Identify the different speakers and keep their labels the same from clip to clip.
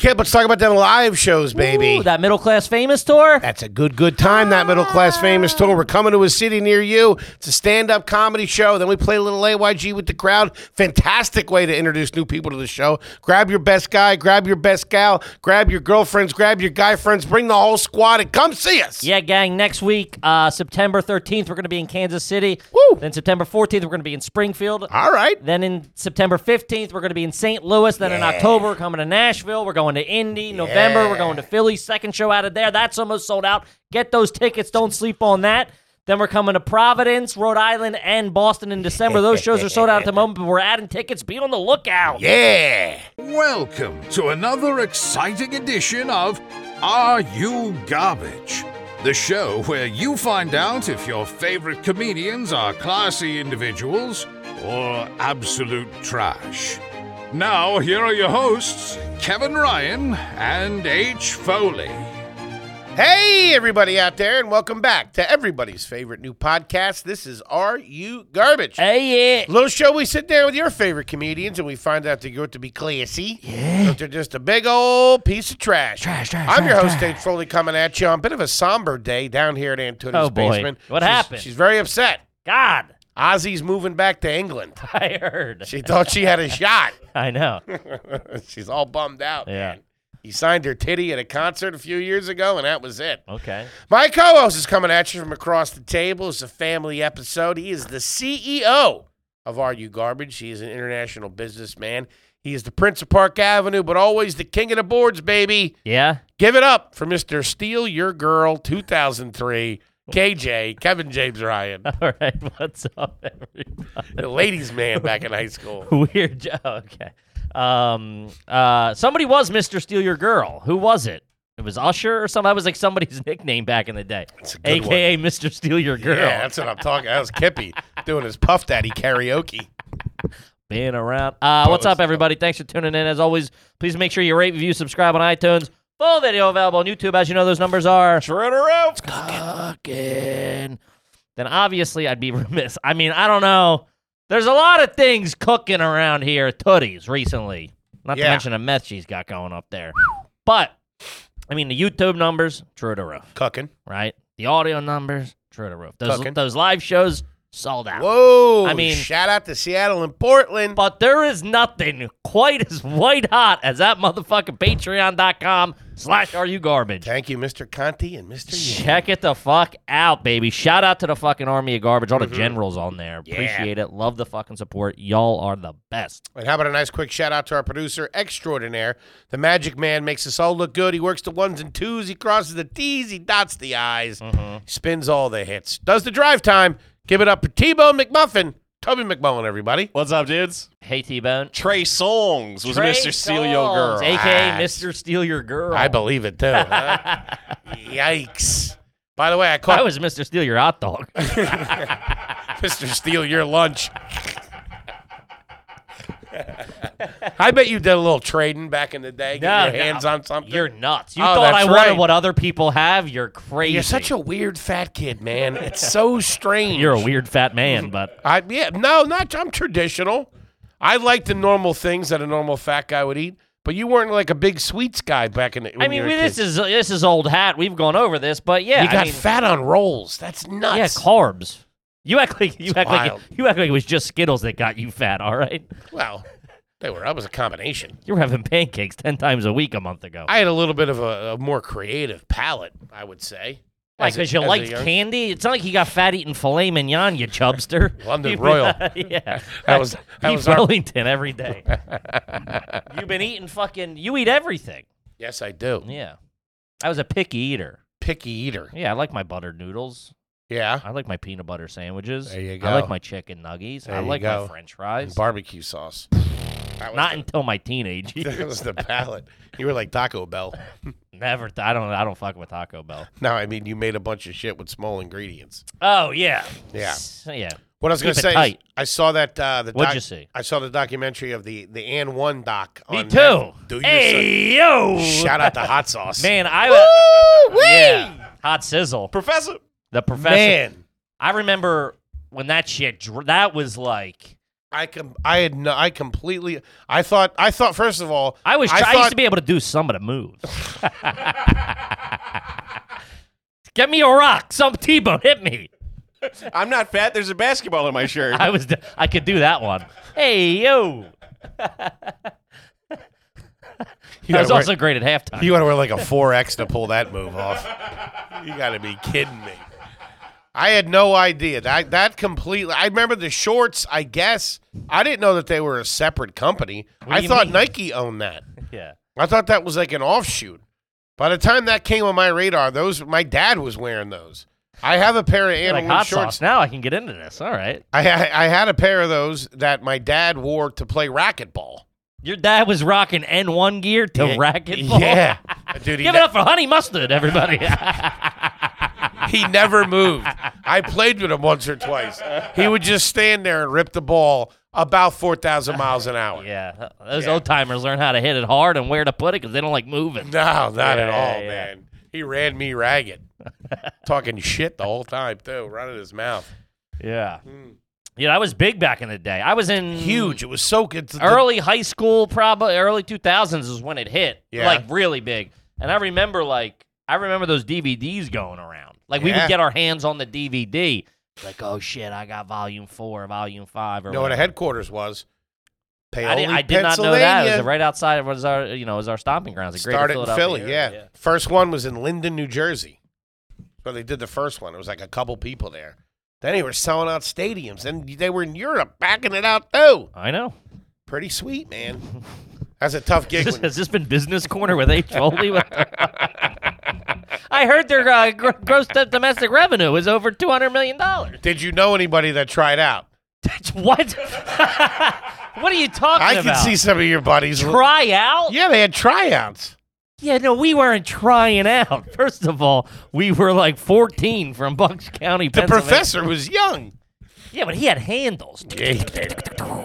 Speaker 1: Kip, let's talk about them live shows, baby.
Speaker 2: Ooh, that middle class famous tour.
Speaker 1: That's a good, good time, that middle class famous tour. We're coming to a city near you. It's a stand up comedy show. Then we play a little AYG with the crowd. Fantastic way to introduce new people to the show. Grab your best guy, grab your best gal, grab your girlfriends, grab your guy friends, bring the whole squad and come see us.
Speaker 2: Yeah, gang. Next week, uh, September 13th, we're going to be in Kansas City.
Speaker 1: Woo. Ah.
Speaker 2: Then September 14th, we're going to be in Springfield.
Speaker 1: All right.
Speaker 2: Then in September 15th, we're going to be in St. Louis. Then in October, we're coming to Nashville. We're going to Indy. November, we're going to Philly. Second show out of there. That's almost sold out. Get those tickets. Don't sleep on that. Then we're coming to Providence, Rhode Island, and Boston in December. Those shows are sold out at the moment, but we're adding tickets. Be on the lookout.
Speaker 1: Yeah.
Speaker 3: Welcome to another exciting edition of Are You Garbage? The show where you find out if your favorite comedians are classy individuals or absolute trash. Now, here are your hosts, Kevin Ryan and H. Foley.
Speaker 1: Hey, everybody out there, and welcome back to everybody's favorite new podcast. This is Are You Garbage?
Speaker 2: Hey, yeah.
Speaker 1: Little show, we sit down with your favorite comedians and we find out they're going to be classy. Yeah. They're just a big old piece of trash.
Speaker 2: Trash, trash,
Speaker 1: I'm your
Speaker 2: trash,
Speaker 1: host,
Speaker 2: trash.
Speaker 1: Dave Foley, coming at you on a bit of a somber day down here at Antoni's
Speaker 2: Oh, boy.
Speaker 1: basement.
Speaker 2: What
Speaker 1: She's-
Speaker 2: happened?
Speaker 1: She's very upset.
Speaker 2: God,
Speaker 1: Ozzy's moving back to England.
Speaker 2: I heard.
Speaker 1: She thought she had a shot.
Speaker 2: I know.
Speaker 1: She's all bummed out.
Speaker 2: Yeah.
Speaker 1: man. He signed her titty at a concert a few years ago, and that was it.
Speaker 2: Okay.
Speaker 1: My co host is coming at you from across the table. It's a family episode. He is the CEO of Are You Garbage. He is an international businessman. He is the Prince of Park Avenue, but always the king of the boards, baby.
Speaker 2: Yeah.
Speaker 1: Give it up for Mr. Steal Your Girl 2003, KJ, Kevin James Ryan,
Speaker 2: All right. What's up, everybody?
Speaker 1: the ladies' man back in high school.
Speaker 2: Weird. jo- Okay. Um. Uh. Somebody was Mr. Steal Your Girl. Who was it? It was Usher or something. That was like somebody's nickname back in the day.
Speaker 1: a good
Speaker 2: AKA Mr. Steal Your Girl.
Speaker 1: Yeah, that's what I'm talking. That was Kippy doing his Puff Daddy karaoke.
Speaker 2: Being around. Uh. What's up, everybody? Thanks for tuning in. As always, please make sure you rate, review, subscribe on iTunes. Full video available on YouTube. As you know, those numbers are. cooking, then obviously I'd be remiss. I mean, I don't know. There's a lot of things cooking around here at Tootie's recently. Not to
Speaker 1: Yeah.
Speaker 2: mention a meth she's got going up there. But I mean, the YouTube numbers, true to roof,
Speaker 1: Cooking.
Speaker 2: right? The audio numbers, true to roof. Those
Speaker 1: Cooking.
Speaker 2: those live shows sold out.
Speaker 1: Whoa.
Speaker 2: I mean-
Speaker 1: shout out to Seattle and Portland.
Speaker 2: But there is nothing quite as white hot as that motherfucking patreon.com slash are you garbage.
Speaker 1: Thank you, Mr. Conti and Mr. Yang.
Speaker 2: Check it the fuck out, baby. Shout out to the fucking Army of Garbage. All the generals on there. Appreciate it. Love the fucking support. Y'all are the best.
Speaker 1: And how about a nice quick shout out to our producer extraordinaire? The magic man makes us all look good. He works the ones and twos, he crosses the T's, he dots the I's,
Speaker 4: Mm-hmm.
Speaker 1: spins all the hits, does the drive time. Give it up for T Bone McMuffin, Toby McMullen, everybody.
Speaker 4: What's up, dudes?
Speaker 2: Hey, T-Bone.
Speaker 4: Trey Songs was
Speaker 2: Trey
Speaker 4: Mr. Steal Your Girl.
Speaker 2: Songs, AKA
Speaker 1: Right.
Speaker 2: Mr. Steal Your Girl.
Speaker 1: Ah, I believe it too. huh? Yikes. By the way, I
Speaker 2: I
Speaker 1: caught
Speaker 2: was Mr. Steal Your Hot Dog.
Speaker 1: Mr. Steal Your Lunch. I bet you did a little trading back in the day, getting
Speaker 2: No,
Speaker 1: your
Speaker 2: no.
Speaker 1: hands on something.
Speaker 2: You're nuts. You
Speaker 1: Oh,
Speaker 2: thought I
Speaker 1: that's
Speaker 2: wanted
Speaker 1: right.
Speaker 2: what other people have? You're crazy.
Speaker 1: You're such a weird fat kid, man. It's so strange.
Speaker 2: You're a weird fat man, but
Speaker 1: I yeah, no, not I'm traditional. I like the normal things that a normal fat guy would eat, but you weren't like a big sweets guy back in the when
Speaker 2: I
Speaker 1: you
Speaker 2: mean,
Speaker 1: were a
Speaker 2: this
Speaker 1: kid.
Speaker 2: is this is old hat. We've gone over this, but yeah,
Speaker 1: you
Speaker 2: I
Speaker 1: got
Speaker 2: mean,
Speaker 1: fat on rolls. That's
Speaker 2: yeah,
Speaker 1: nuts.
Speaker 2: carbs. You act like you act
Speaker 1: wild.
Speaker 2: like you act like it was just Skittles that got you fat. All right.
Speaker 1: well, they were that was a combination.
Speaker 2: You were having pancakes 10 times a week a month ago.
Speaker 1: I had a little bit of a, a more creative palate, I would say. as
Speaker 2: Like,
Speaker 1: a-
Speaker 2: because you
Speaker 1: as a uh,
Speaker 2: liked
Speaker 1: young-
Speaker 2: candy? It's not like you got fat eating filet mignon, you chubster.
Speaker 1: London
Speaker 2: You-
Speaker 1: Royal.
Speaker 2: yeah.
Speaker 1: That was- that
Speaker 2: Eat
Speaker 1: was our-
Speaker 2: Wellington every day. You've been eating fucking, you eat everything.
Speaker 1: Yes, I do.
Speaker 2: Yeah. I was a picky eater.
Speaker 1: Picky eater.
Speaker 2: Yeah, I like my buttered noodles.
Speaker 1: Yeah.
Speaker 2: I like my peanut butter sandwiches.
Speaker 1: There you
Speaker 2: I
Speaker 1: go.
Speaker 2: like my chicken nuggies.
Speaker 1: There
Speaker 2: I
Speaker 1: you
Speaker 2: like
Speaker 1: go.
Speaker 2: my french fries.
Speaker 1: And barbecue sauce. That was
Speaker 2: Not until my teenage
Speaker 1: the,
Speaker 2: years.
Speaker 1: that was the palate. You were like Taco Bell.
Speaker 2: Never. th- I don't. I don't fuck with Taco Bell.
Speaker 1: No, I mean you made a bunch of shit with small ingredients.
Speaker 2: Oh yeah.
Speaker 1: Yeah.
Speaker 2: S- Yeah.
Speaker 1: What I was going to
Speaker 2: Keep it
Speaker 1: say, is
Speaker 2: tight.
Speaker 1: I saw that. Uh, the
Speaker 2: What'd
Speaker 1: doc-
Speaker 2: you see?
Speaker 1: I saw the documentary of the the and one doc.
Speaker 2: Me
Speaker 1: on
Speaker 2: too.
Speaker 1: Netflix. Do you
Speaker 2: hey yo!
Speaker 1: son- shout out to hot sauce,
Speaker 2: man. I uh,
Speaker 1: Woo-wee!
Speaker 2: yeah, hot sizzle.
Speaker 4: Professor.
Speaker 2: The professor.
Speaker 1: man.
Speaker 2: I remember when that shit. Dr- that was like
Speaker 1: I com- I had no, I completely I thought I thought first of all
Speaker 2: I was. I,
Speaker 1: thought,
Speaker 2: used to be able to do some of the moves. Get me a rock, some T-bone, hit me.
Speaker 4: I'm not fat. There's a basketball in my shirt.
Speaker 2: I was. I could do that one. Hey
Speaker 1: you
Speaker 2: yo, I
Speaker 1: gotta
Speaker 2: was
Speaker 1: wear-
Speaker 2: also great at halftime.
Speaker 1: you gotta wear like a four X to pull that move off. You gotta be kidding me. I had no idea that that completely. I remember the shorts. I guess I didn't know that they were a separate company.
Speaker 2: What do
Speaker 1: I
Speaker 2: you
Speaker 1: thought
Speaker 2: mean?
Speaker 1: Nike owned that.
Speaker 2: yeah.
Speaker 1: I thought that was like an offshoot. By the time that came on my radar, those my dad was wearing those. I have a pair of animal
Speaker 2: like hot
Speaker 1: shorts.
Speaker 2: sauce. Now I can get into this. All right.
Speaker 1: I, I I had a pair of those that my dad wore to play racquetball.
Speaker 2: Your dad was rocking N1 gear to racquetball.
Speaker 1: Yeah, dude, he,
Speaker 2: Give
Speaker 1: ne-
Speaker 2: it up for Honey Mustard, everybody.
Speaker 1: he never moved. I played with him once or twice. He would just stand there and rip the ball about four thousand miles an hour.
Speaker 2: yeah. Those old timers learn how to hit it hard and where to put it because they don't like moving.
Speaker 1: No, not at
Speaker 2: Yeah,
Speaker 1: all,
Speaker 2: yeah.
Speaker 1: man. He ran me ragged, talking shit the whole time too, running his mouth.
Speaker 2: Yeah. Hmm. Yeah, I was big back in the day. I was in
Speaker 1: Huge. It was so good. to-
Speaker 2: early high school, probably early 2000s is when it hit.
Speaker 1: Yeah.
Speaker 2: Like really big. And I remember like I remember those DVDs going around. Like we
Speaker 1: Yeah.
Speaker 2: would get our hands on the DVD. Like, oh shit, I got volume four, volume five, or
Speaker 1: You know what a headquarters was? Paoli,
Speaker 2: I did, I did not know that. It was
Speaker 1: Pennsylvania.
Speaker 2: right outside of what is our, you know, is our stomping grounds. the greater
Speaker 1: Started in
Speaker 2: Philadelphia
Speaker 1: Philly,
Speaker 2: area.
Speaker 1: yeah. First one was in Linden, New Jersey. So they did the first one. It was like a couple people there. Then they were selling out stadiums, and they were in Europe backing it out too.
Speaker 2: I know.
Speaker 1: Pretty sweet, man. That's a tough gig.
Speaker 2: Has this,
Speaker 1: when-
Speaker 2: has this been business corner with H. Foley? With- I heard their uh, gr- gross do- domestic revenue is over two hundred million dollars.
Speaker 1: Did you know anybody that tried out?
Speaker 2: what? what are you talking
Speaker 1: I
Speaker 2: about?
Speaker 1: can see some of your buddies.
Speaker 2: try out.
Speaker 1: Yeah, they had tryouts.
Speaker 2: Yeah, no, we weren't trying out. First of all, we were like fourteen from Bucks County,
Speaker 1: The
Speaker 2: Pennsylvania.
Speaker 1: professor was young.
Speaker 2: Yeah, but he had handles.
Speaker 1: Yeah, he did.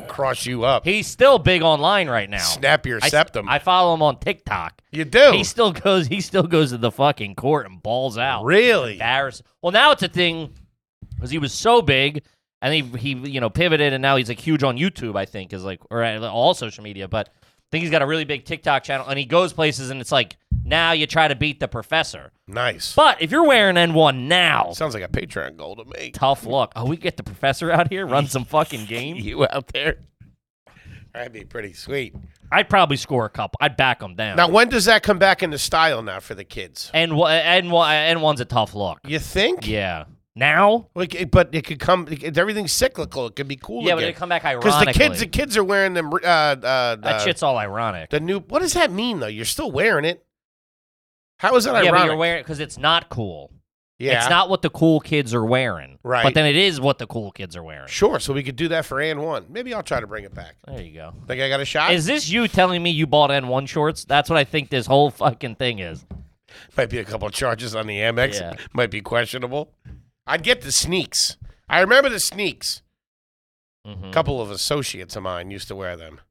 Speaker 1: Cross you up.
Speaker 2: He's still big online right now.
Speaker 1: Snap your
Speaker 2: I-
Speaker 1: septum.
Speaker 2: I follow him on TikTok.
Speaker 1: you do.
Speaker 2: He still goes. He still goes to the fucking court and balls out.
Speaker 1: Really?
Speaker 2: Embarrassing. Well, now it's a thing because he was so big, and he he you know pivoted, and now he's like huge on YouTube. I think is like or uh, all social media, but I think he's got a really big TikTok channel, and he goes places, and it's like now you try to beat the professor.
Speaker 1: Nice.
Speaker 2: But if you're wearing N1 now,
Speaker 1: Sounds like a Patreon goal to me.
Speaker 2: tough luck. Oh, we get the professor out here, run some fucking game.
Speaker 1: you out there. That'd be pretty sweet.
Speaker 2: I'd probably score a couple. I'd back him down.
Speaker 1: Now, when does that come back into style now for the kids?
Speaker 2: and N1 N1's a tough look.
Speaker 1: You think?
Speaker 2: Yeah. Now?
Speaker 1: Like, it- but it could come. it- Everything's cyclical. It could be cool.
Speaker 2: Yeah, but
Speaker 1: again.
Speaker 2: it'd come back
Speaker 1: because
Speaker 2: ironically.
Speaker 1: the kids, the kids are wearing them. Uh, uh,
Speaker 2: that
Speaker 1: uh,
Speaker 2: shit's all ironic.
Speaker 1: the new. What does that mean though? You're still wearing it. How is that
Speaker 2: yeah,
Speaker 1: ironic?
Speaker 2: but you're wearing it because it's not cool.
Speaker 1: yeah,
Speaker 2: It's not what the cool kids are wearing.
Speaker 1: Right.
Speaker 2: But then it is what the cool kids are wearing.
Speaker 1: sure. So we could do that for and one. Maybe I'll try to bring it back.
Speaker 2: There you go.
Speaker 1: Think I got a shot?
Speaker 2: Is this you telling me you bought N1 shorts? That's what I think this whole fucking thing is.
Speaker 1: Might be a couple charges on the Amex.
Speaker 2: Yeah.
Speaker 1: Might be questionable. I'd get the sneaks. I remember the sneaks.
Speaker 2: Mhm.
Speaker 1: A couple of associates of mine used to wear them.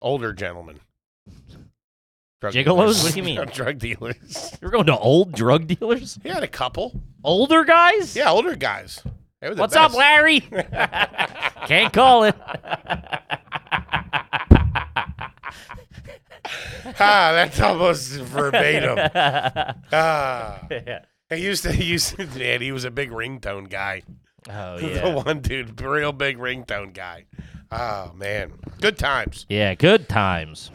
Speaker 1: Older gentlemen. Drug
Speaker 2: Gigolos?
Speaker 1: dealers.
Speaker 2: What do you mean?
Speaker 1: Drug dealers.
Speaker 2: You're going to old drug dealers?
Speaker 1: He had a couple.
Speaker 2: Older guys?
Speaker 1: Yeah, older guys. They were the
Speaker 2: What's
Speaker 1: best.
Speaker 2: up, Larry? Can't call it.
Speaker 1: Ah, that's almost verbatim. ah. He used to, he used to, man, he was a big ringtone guy.
Speaker 2: Oh,
Speaker 1: The
Speaker 2: yeah.
Speaker 1: one dude, real big ringtone guy. Oh, man. Good times.
Speaker 2: Yeah, good times.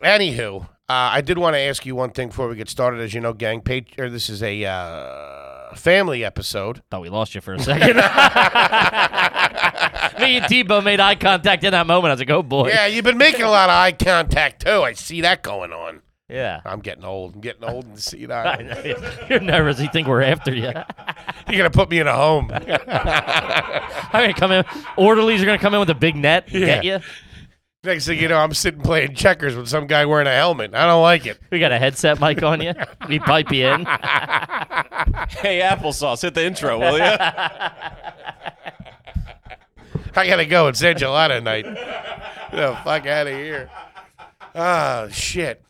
Speaker 1: Anywho, uh, I did want to ask you one thing before we get started. As you know, gang, page, or this is a uh, family episode.
Speaker 2: Thought we lost you for a second. Me and Tebow made eye contact in that moment. I was like, oh boy.
Speaker 1: Yeah, you've been making a lot of eye contact too. I see that going on.
Speaker 2: Yeah.
Speaker 1: I'm getting old. I'm getting old and see that.
Speaker 2: You're nervous. You think we're after you.
Speaker 1: You're gonna put me in a home.
Speaker 2: I'm going to come in. Orderlies are going to come in with a big net. and Get you.
Speaker 1: Next thing you know, I'm sitting playing checkers with some guy wearing a helmet. I don't like it.
Speaker 2: We got a headset mic on you. We pipe you in.
Speaker 4: hey, applesauce, hit the intro, will you?
Speaker 1: I gotta go. It's enchilada night. Get the fuck out of here. Oh Ah, shit.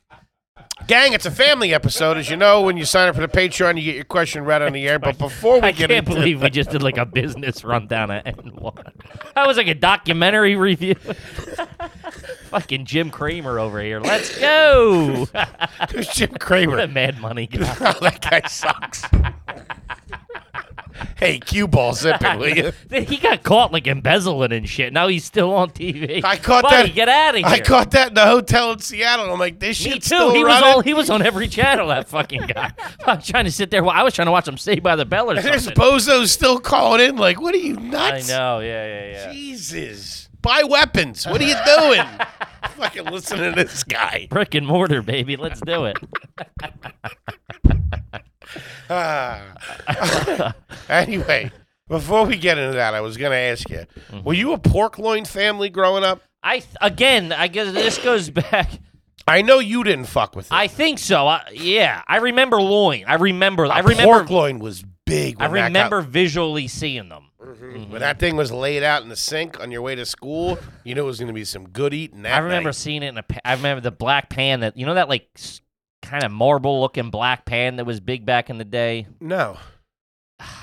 Speaker 1: Gang, it's a family episode. As you know, when you sign up for the Patreon, you get your question read on the air. But before we
Speaker 2: I
Speaker 1: get
Speaker 2: can't
Speaker 1: into
Speaker 2: believe we just did like a business rundown at N1. That was like a documentary review. Fucking Jim Cramer over here. Let's go.
Speaker 1: Jim Kramer, oh,
Speaker 2: the mad money guy.
Speaker 1: that guy sucks. hey, cue ball zipping, will you?
Speaker 2: He got caught like embezzling and shit. Now he's still on TV.
Speaker 1: I caught
Speaker 2: Buddy,
Speaker 1: that-
Speaker 2: Get out of here.
Speaker 1: I caught that in the hotel in Seattle. I'm like, this
Speaker 2: Me
Speaker 1: shit's
Speaker 2: too.
Speaker 1: still
Speaker 2: He was
Speaker 1: running.
Speaker 2: all he was on every channel. That fucking guy. I'm trying to sit there. I was trying to watch him Saved by the Bell or
Speaker 1: And There's
Speaker 2: something.
Speaker 1: bozos still calling in. Like, what are you
Speaker 2: I
Speaker 1: nuts?
Speaker 2: know. Yeah, yeah, yeah.
Speaker 1: Jesus, buy weapons. What are you doing? Fucking listen to this guy.
Speaker 2: Brick and mortar, baby. Let's do it.
Speaker 1: Anyway, before we get into that, I was going to ask you: Were you a pork loin family growing up?
Speaker 2: I th- again. I guess this goes back.
Speaker 1: I know you didn't fuck with it.
Speaker 2: I think so. I, yeah, I remember loin. I remember. I
Speaker 1: pork
Speaker 2: remember.
Speaker 1: loin was big.
Speaker 2: I
Speaker 1: When that got-
Speaker 2: remember visually seeing them.
Speaker 1: when that thing was laid out in the sink on your way to school. You knew it was going to be some good eating. That
Speaker 2: I remember
Speaker 1: night.
Speaker 2: seeing it in a. pa- I remember the black pan that you know that like kind of marble looking black pan that was big back in the day.
Speaker 1: No.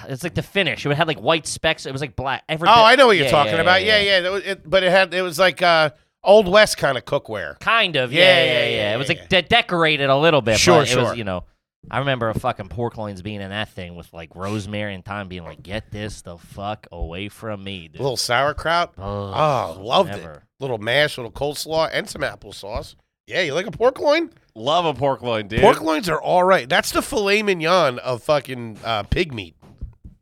Speaker 2: It's like the finish. It had like white specks. It was like black. Every
Speaker 1: Oh,
Speaker 2: bit-
Speaker 1: I know what you're
Speaker 2: Yeah,
Speaker 1: talking about. Yeah, yeah. that was- it- but it had it was like uh, old west kind of cookware.
Speaker 2: Kind of. Yeah,
Speaker 1: Yeah,
Speaker 2: yeah,
Speaker 1: yeah,
Speaker 2: yeah.
Speaker 1: yeah,
Speaker 2: It was
Speaker 1: yeah.
Speaker 2: like de- decorated a little bit.
Speaker 1: Sure,
Speaker 2: but It
Speaker 1: sure.
Speaker 2: was, you know, I remember a fucking pork loins being in that thing with like rosemary and thyme being like, get this the fuck away from me, dude.
Speaker 1: A little sauerkraut.
Speaker 2: Ugh,
Speaker 1: Oh, loved it.
Speaker 2: never.
Speaker 1: Little mash, little coleslaw, and some applesauce. Yeah, you like a pork loin?
Speaker 4: Love a pork loin, dude.
Speaker 1: Pork loins are all right. That's the filet mignon of fucking uh, pig meat.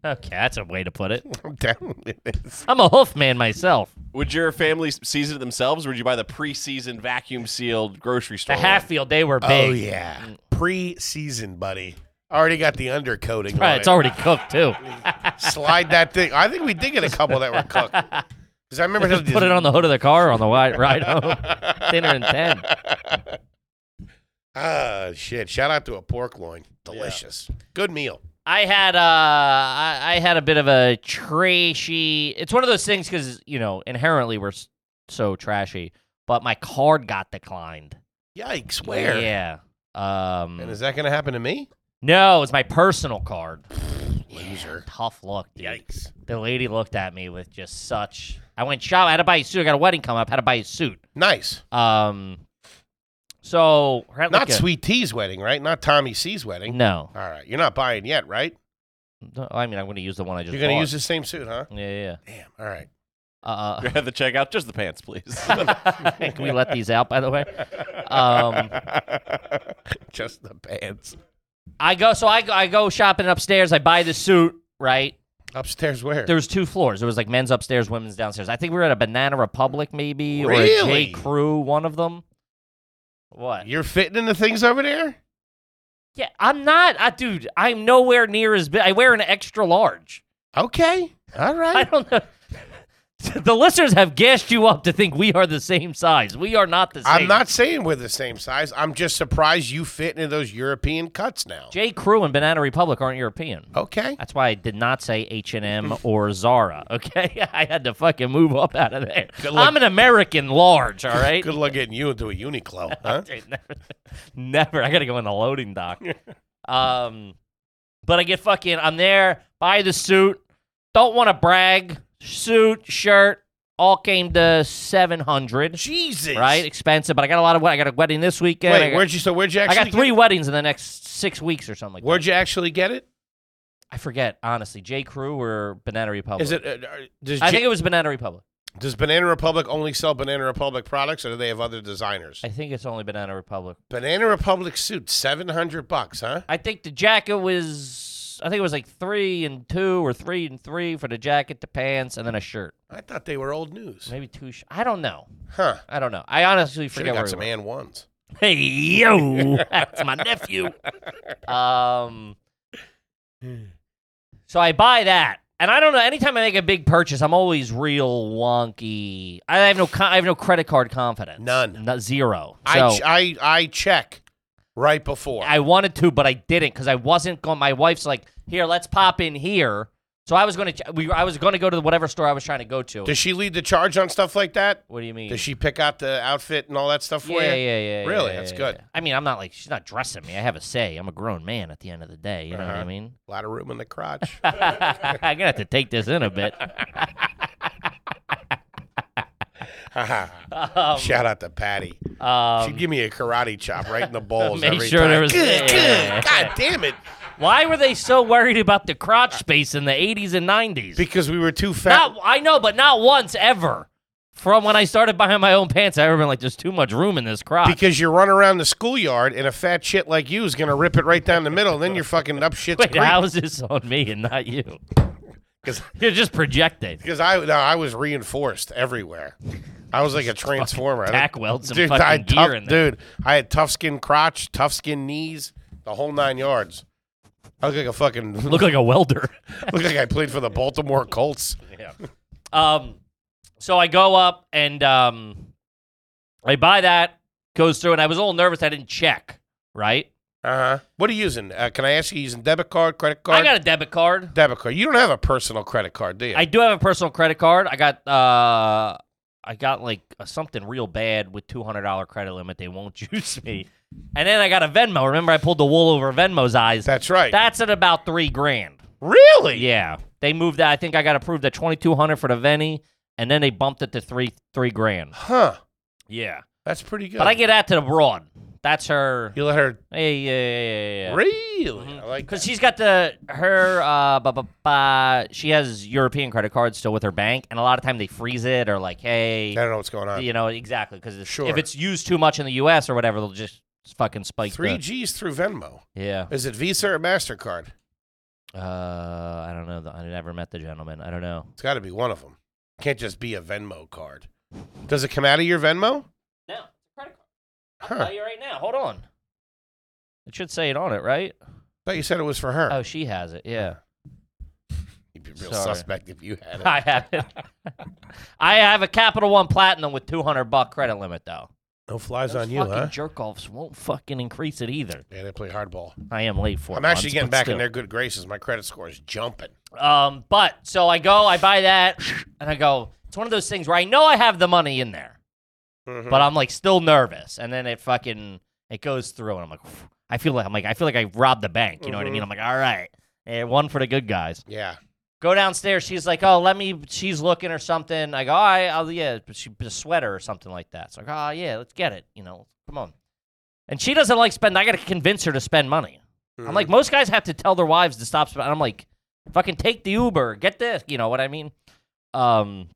Speaker 2: Okay, that's a way to put it.
Speaker 1: I'm down with this.
Speaker 2: I'm a hoof man myself.
Speaker 4: Would your family s- season it themselves, or would you buy the pre-seasoned, vacuum-sealed grocery store?
Speaker 2: The Hatfield, they were big.
Speaker 1: Oh yeah, pre-seasoned, buddy. Already got the undercoating.
Speaker 2: Right,
Speaker 1: on
Speaker 2: it's
Speaker 1: it.
Speaker 2: already cooked too.
Speaker 1: Slide that thing. I think we did get a couple that were cooked. Because I remember
Speaker 2: Just put it on the hood of the car on the wide ride home. Dinner in ten.
Speaker 1: Ah, shit. Shout out to a pork loin. Delicious. Good meal.
Speaker 2: I had uh, I, I had a bit of a trashy. It's one of those things because you know inherently we're s- so trashy. But my card got declined.
Speaker 1: Yikes. Where?
Speaker 2: Yeah. Um.
Speaker 1: And is that going to happen to me?
Speaker 2: no, it's my personal card.
Speaker 1: Loser.
Speaker 2: Tough look. Dude.
Speaker 1: Yikes.
Speaker 2: The lady looked at me with just such. I went shop. I had to buy a suit. I got a wedding coming up. Had to buy a suit.
Speaker 1: Nice.
Speaker 2: Um. So we're at,
Speaker 1: Not
Speaker 2: like, a-
Speaker 1: Sweet T's wedding, right? Not Tommy C's wedding.
Speaker 2: No.
Speaker 1: All right. You're not buying yet, right?
Speaker 2: No, I mean, I'm going to use the one I just.
Speaker 1: You're going to
Speaker 2: bought.
Speaker 1: use the same suit, huh?
Speaker 2: Yeah, yeah.
Speaker 1: Damn. All right.
Speaker 2: yeah. Uh,
Speaker 4: Grab the checkout, just the pants, please.
Speaker 2: Can we let these out, by the way? Um,
Speaker 1: Just the pants.
Speaker 2: I go, so I go, I go shopping upstairs. I buy the suit, right?
Speaker 1: Upstairs where?
Speaker 2: There was two floors. There was like men's upstairs, women's downstairs. I think we were at a Banana Republic, maybe, or a
Speaker 1: Really?
Speaker 2: J. Crew, one of them. What?
Speaker 1: You're fitting into things over there?
Speaker 2: Yeah, I'm not, I, dude. I'm nowhere near as big. I wear an extra large.
Speaker 1: Okay. All
Speaker 2: I
Speaker 1: right.
Speaker 2: don't know. the listeners have gassed you up to think we are the same size. We are not the same.
Speaker 1: I'm not saying we're the same size. I'm just surprised you fit into those European cuts now.
Speaker 2: J. Crew and Banana Republic aren't European.
Speaker 1: Okay.
Speaker 2: That's why I did not say H and M or Zara. Okay, I had to fucking move up out of there.
Speaker 1: luck.
Speaker 2: I'm an American large. All right.
Speaker 1: Good luck getting you into a Uniqlo, huh?
Speaker 2: Dude, never, never. I gotta go in the loading dock. um, but I get fucking. I'm there. Buy the suit. Don't want to brag. Suit, shirt, all came to seven hundred.
Speaker 1: Jesus.
Speaker 2: Right, expensive. But I got a lot of. wed- I got a wedding this weekend. I
Speaker 1: Wait,
Speaker 2: got,
Speaker 1: where'd you so where'd you
Speaker 2: I
Speaker 1: actually
Speaker 2: got three weddings in the next six weeks or something like
Speaker 1: Get, where'd you actually get it?
Speaker 2: that. I forget honestly. J Crew or Banana Republic.
Speaker 1: Is it uh, uh, does
Speaker 2: I
Speaker 1: J-
Speaker 2: think it was Banana Republic.
Speaker 1: does Banana Republic only sell Banana Republic products or do they have other designers?
Speaker 2: I think it's only Banana Republic.
Speaker 1: Banana Republic suit, 700 bucks, huh?
Speaker 2: I think the jacket was. I think it was like three and two or three and three for the jacket, the pants, and then a shirt.
Speaker 1: I thought they were old news.
Speaker 2: Maybe two. Sh- I don't know.
Speaker 1: Huh.
Speaker 2: I don't know. I honestly
Speaker 1: Should have
Speaker 2: forget where
Speaker 1: got
Speaker 2: we
Speaker 1: some
Speaker 2: were.
Speaker 1: and ones.
Speaker 2: Hey yo, that's my nephew. Um, so I buy that, and I don't know. Anytime I make a big purchase, I'm always real wonky. I have no. Con- I have no credit card confidence.
Speaker 1: None.
Speaker 2: Not zero. So-
Speaker 1: I, ch- I I check right before.
Speaker 2: I wanted to, but I didn't because I wasn't going. My wife's like, "Here, let's pop in here." So I was going to we I was going to go to the whatever store I was trying to go to.
Speaker 1: Does she lead the charge on stuff like that?
Speaker 2: what do you mean?
Speaker 1: Does she pick out the outfit and all that stuff for
Speaker 2: yeah,
Speaker 1: you?
Speaker 2: yeah, yeah, yeah.
Speaker 1: Really?
Speaker 2: yeah,
Speaker 1: That's
Speaker 2: yeah,
Speaker 1: good.
Speaker 2: yeah. I mean, I'm not like she's not dressing me. I have a say. I'm a grown man at the end of the day. You know
Speaker 1: Uh-huh.
Speaker 2: what I mean?
Speaker 1: A lot of room in the crotch.
Speaker 2: I'm gonna have to take this in a bit.
Speaker 1: Shout out to Patty.
Speaker 2: Um,
Speaker 1: She'd give me a karate chop right in the balls
Speaker 2: Make
Speaker 1: every
Speaker 2: sure
Speaker 1: time.
Speaker 2: there was-
Speaker 1: good,
Speaker 2: yeah.
Speaker 1: good. God damn it.
Speaker 2: why were they so worried about the crotch space in the 80s and 90s?
Speaker 1: Because we were too fat.
Speaker 2: Not, I know, but not once ever. From when I started buying my own pants, I ever been like, "There's too much room in this crotch."
Speaker 1: Because you run around the schoolyard and a fat shit like you is going to rip it right down the middle. And then you're fucking up shit's
Speaker 2: Wait, how is this on me and not you?
Speaker 1: Because
Speaker 2: You're just projecting.
Speaker 1: I, no, I was reinforced everywhere. I was like a transformer. I
Speaker 2: Tack
Speaker 1: looked-
Speaker 2: weld some
Speaker 1: Dude, I
Speaker 2: fucking
Speaker 1: had
Speaker 2: gear
Speaker 1: tough,
Speaker 2: in there.
Speaker 1: dude, I had tough skin crotch, tough skin knees, the whole nine yards. I look like a fucking
Speaker 2: Look like a welder.
Speaker 1: look like I played for the Baltimore Colts.
Speaker 2: Um, so I go up and um, I buy that. Goes through, and I was a little nervous. I didn't check. Right?
Speaker 1: Uh huh. What are you using? Uh, can I ask you using debit card, credit card?
Speaker 2: Uh-huh. I got a debit card.
Speaker 1: debit card. You don't have a personal credit card, do you?
Speaker 2: I do have a personal credit card. I got uh, I got like a, something real bad with two hundred dollar credit limit. They won't use me. And then I got a Venmo. Remember, I pulled the wool over Venmo's eyes.
Speaker 1: That's right.
Speaker 2: That's at about three grand.
Speaker 1: really?
Speaker 2: Yeah, they moved that. I think I got approved at twenty two hundred for the Venny, and then they bumped it to three three grand.
Speaker 1: Huh.
Speaker 2: Yeah,
Speaker 1: That's pretty good.
Speaker 2: but I get that to the broad. That's her.
Speaker 1: You let her
Speaker 2: Yeah, yeah, yeah, Mm-hmm. yeah, yeah.
Speaker 1: really? I like
Speaker 2: Because
Speaker 1: that.
Speaker 2: she's got the her uh bu- bu- bu- she has European credit cards still with her bank, and a lot of time they freeze it or like, hey,
Speaker 1: I don't know what's going on.
Speaker 2: you know exactly because
Speaker 1: Sure.
Speaker 2: if it's used too much in the U.S. or whatever, they'll just fucking spike.
Speaker 1: Three
Speaker 2: the,
Speaker 1: G's through Venmo.
Speaker 2: yeah.
Speaker 1: Is it Visa or Mastercard?
Speaker 2: Uh, I don't know. I never met the gentleman. I don't know.
Speaker 1: It's got to be one of them. Can't just be a Venmo card. Does it come out of your Venmo?
Speaker 2: No, credit card.
Speaker 1: Huh.
Speaker 2: you right now. Hold on. It should say it on it, right?
Speaker 1: Thought you said it was for her.
Speaker 2: Oh, she has it. Yeah,
Speaker 1: You'd be real
Speaker 2: sorry.
Speaker 1: suspect if you had it.
Speaker 2: I have it. I have a Capital One Platinum with two hundred buck credit limit though.
Speaker 1: No flies
Speaker 2: Those
Speaker 1: on you,
Speaker 2: fucking
Speaker 1: huh?
Speaker 2: jerk offs won't fucking increase it either.
Speaker 1: yeah, they play hardball.
Speaker 2: I am late for.
Speaker 1: I'm actually
Speaker 2: months,
Speaker 1: getting
Speaker 2: but
Speaker 1: back in
Speaker 2: still.
Speaker 1: their good graces. My credit score is jumping.
Speaker 2: Um, but so I go, I buy that, and I go. It's one of those things where I know I have the money in there,
Speaker 1: Mhm.
Speaker 2: but I'm like still nervous, and then it fucking it goes through, and I'm like, I feel like I'm like I feel like I robbed the bank. You know what I mean?
Speaker 1: Mm-hmm.
Speaker 2: I'm like, all right, eh, one for the good guys.
Speaker 1: Yeah.
Speaker 2: Go downstairs. She's like, oh, let me. She's looking or something. I go, all right, I'll, yeah, but she a sweater or something like that. So I go, oh yeah, let's get it. You know, come on. And she doesn't like spend. I got to convince her to spend money.
Speaker 1: Mm-hmm.
Speaker 2: I'm
Speaker 1: Mm.
Speaker 2: like, most guys have to tell their wives to stop spending. I'm like, fucking take the Uber, get this. You know what I mean? Um,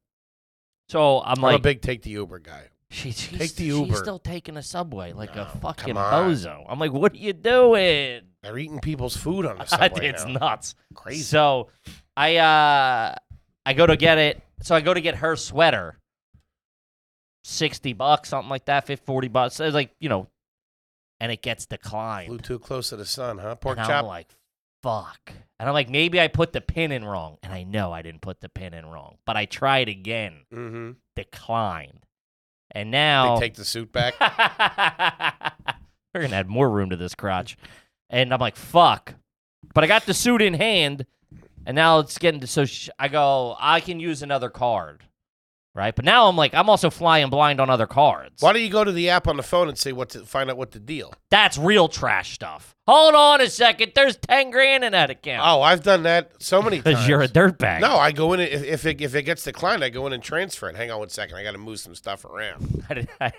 Speaker 2: so I'm
Speaker 1: I'm a
Speaker 2: like,
Speaker 1: big take the Uber guy.
Speaker 2: she, she's,
Speaker 1: take the
Speaker 2: she's
Speaker 1: Uber.
Speaker 2: still taking a subway like a fucking
Speaker 1: come on.
Speaker 2: bozo. I'm like, what are you doing?
Speaker 1: They're eating people's food on the subway
Speaker 2: it's
Speaker 1: now.
Speaker 2: nuts.
Speaker 1: Crazy.
Speaker 2: So I uh I go to get it. So I go to get her sweater. Sixty bucks, something like that. 50, 40 bucks. It's like you know, and it gets declined.
Speaker 1: Flew too close to the sun, huh? Pork
Speaker 2: and
Speaker 1: chop.
Speaker 2: I'm like, fuck. And I'm like, maybe I put the pin in wrong. And I know I didn't put the pin in wrong, but I tried again.
Speaker 1: mm-hmm.
Speaker 2: Declined. And now
Speaker 1: They take the suit back.
Speaker 2: we're gonna add more room to this crotch. And I'm like, fuck. But I got the suit in hand, and now it's getting to so sh- I go, I can use another card, right? But now I'm like, I'm also flying blind on other cards.
Speaker 1: Why don't you go to the app on the phone and say what to find out what the deal?
Speaker 2: That's real trash stuff. Hold on a second. There's ten grand in that account.
Speaker 1: Oh, I've done that so many times.
Speaker 2: Because you're a dirtbag.
Speaker 1: no, I go in and- if, if it if it gets declined, I go in and transfer it. Hang on one second, I got to move some stuff around.
Speaker 2: I didn't, I,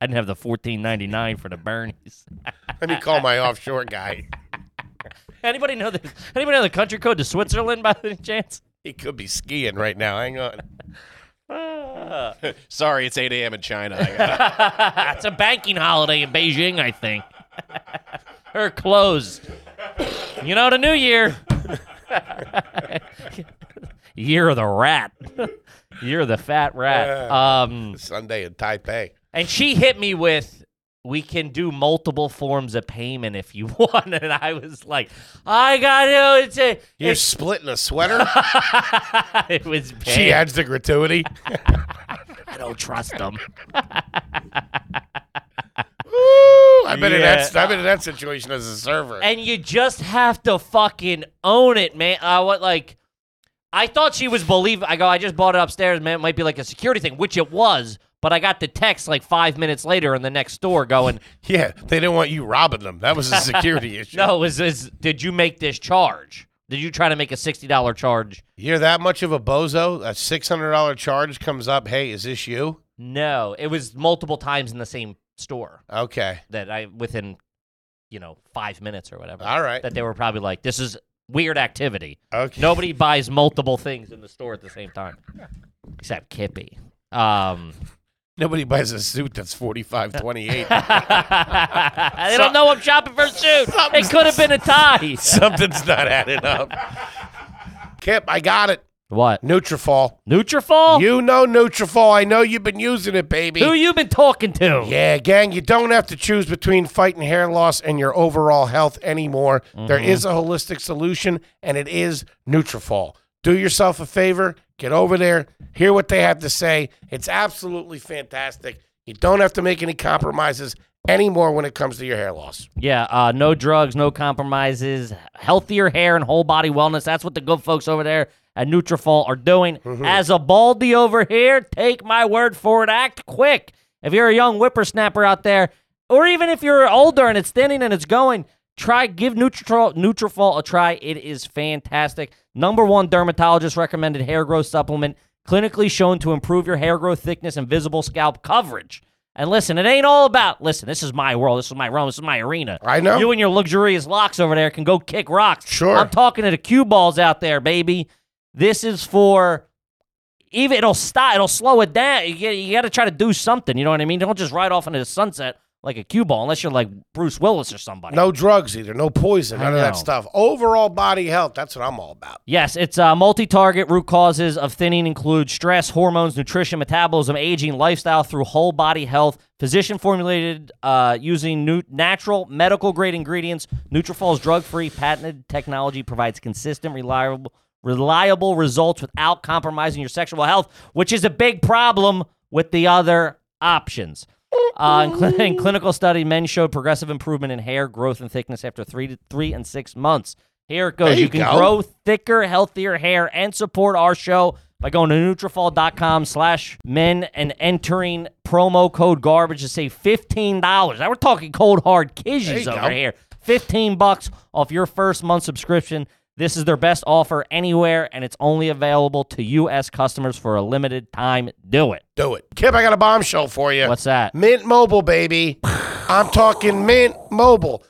Speaker 2: didn't have the 14.99 for the Bernies.
Speaker 1: Let me call my offshore guy.
Speaker 2: anybody know the anybody know the country code to Switzerland by any chance?
Speaker 1: He could be skiing right now. Hang on.
Speaker 2: Ah.
Speaker 4: Sorry, it's 8 a.m. in China. I gotta-
Speaker 2: it's a banking holiday in Beijing, I think. or closed. You know, the new year. year of the rat. year of the fat rat. Um,
Speaker 1: Sunday in Taipei.
Speaker 2: and she hit me with, we can do multiple forms of payment if you want. And I was like, I got to It's a.
Speaker 1: You're splitting a sweater.
Speaker 2: it was bad.
Speaker 1: she adds the gratuity.
Speaker 2: I don't trust them.
Speaker 1: I've been in
Speaker 2: Yeah.
Speaker 1: that. I've been in that situation as a server.
Speaker 2: and you just have to fucking own it, man. I what like I thought she was believe. I go, I just bought it upstairs, man. It might be like a security thing, which it was. But I got the text like five minutes later in the next store going,
Speaker 1: Yeah, they didn't want you robbing them. That was a security issue.
Speaker 2: "No, is is did you make this charge? Did you try to make a sixty dollar charge?
Speaker 1: You're that much of a bozo. A six hundred dollar charge comes up. Hey, is this you?
Speaker 2: No, it was multiple times in the same store
Speaker 1: Okay.
Speaker 2: that I within, you know, five minutes or whatever.
Speaker 1: All right.
Speaker 2: That they were probably like, this is weird activity.
Speaker 1: Okay.
Speaker 2: Nobody buys multiple things in the store at the same time, except Kippy. Um,
Speaker 1: Nobody buys a suit that's forty five twenty eight.
Speaker 2: they don't know I'm shopping for a suit. It could have been a tie.
Speaker 1: Something's not adding up. Kip, I got it.
Speaker 2: What?
Speaker 1: Nutrafol.
Speaker 2: Nutrafol?
Speaker 1: You know Nutrafol. I know you've been using it, baby.
Speaker 2: Oh. Who you been talking to?
Speaker 1: Yeah, gang, you don't have to choose between fighting hair loss and your overall health anymore. There
Speaker 2: Mm-hmm.
Speaker 1: is a holistic solution, and it is Nutrafol. Do yourself a favor, get over there, hear what they have to say. It's absolutely fantastic. You don't have to make any compromises anymore when it comes to your hair loss.
Speaker 2: Yeah, uh, no drugs, no compromises, healthier hair and whole body wellness. That's what the good folks over there at Nutrafol are doing. As a baldy over here, take my word for it. Act quick. If you're a young whippersnapper out there, or even if you're older and it's thinning and it's going, try give Nutrafol Nutrafol a try. It is fantastic. Number one dermatologist recommended hair growth supplement, clinically shown to improve your hair growth thickness and visible scalp coverage. And listen, it ain't all about. Listen, this is my world. This is my realm. This is my arena.
Speaker 1: I know.
Speaker 2: You and your luxurious locks over there can go kick rocks.
Speaker 1: Sure.
Speaker 2: I'm talking to the cue balls out there, baby. This is for even it'll stop. It'll slow it down. You, get- you got to try to do something. You know what I mean? Don't just ride off into the sunset like a cue ball, unless you're like Bruce Willis or somebody.
Speaker 1: No drugs either, no poison, none of that
Speaker 2: know.
Speaker 1: stuff. Overall body health, that's what I'm all about.
Speaker 2: Yes, it's uh, multi-target root causes of thinning include stress, hormones, nutrition, metabolism, aging, lifestyle through whole body health. Physician formulated uh, using new natural medical grade ingredients. Nutrafol's drug-free patented technology provides consistent, reliable, reliable results without compromising your sexual health, which is a big problem with the other options. Uh, in, cl- in clinical study, men showed progressive improvement in hair growth and thickness after three to three and six months. Here it goes.
Speaker 1: There
Speaker 2: You,
Speaker 1: you
Speaker 2: can
Speaker 1: go.
Speaker 2: grow thicker, healthier hair and support our show by going to Nutrafol.com slash men and entering promo code garbage to save $15. Now we're talking cold hard kisses
Speaker 1: you
Speaker 2: over
Speaker 1: go.
Speaker 2: here. 15 bucks off your first month subscription. This is their best offer anywhere, and it's only available to U.S. customers for a limited time. Do it.
Speaker 1: Do it. Kip, I got a bombshell for you.
Speaker 2: What's that?
Speaker 1: Mint Mobile, baby. I'm talking Mint Mobile.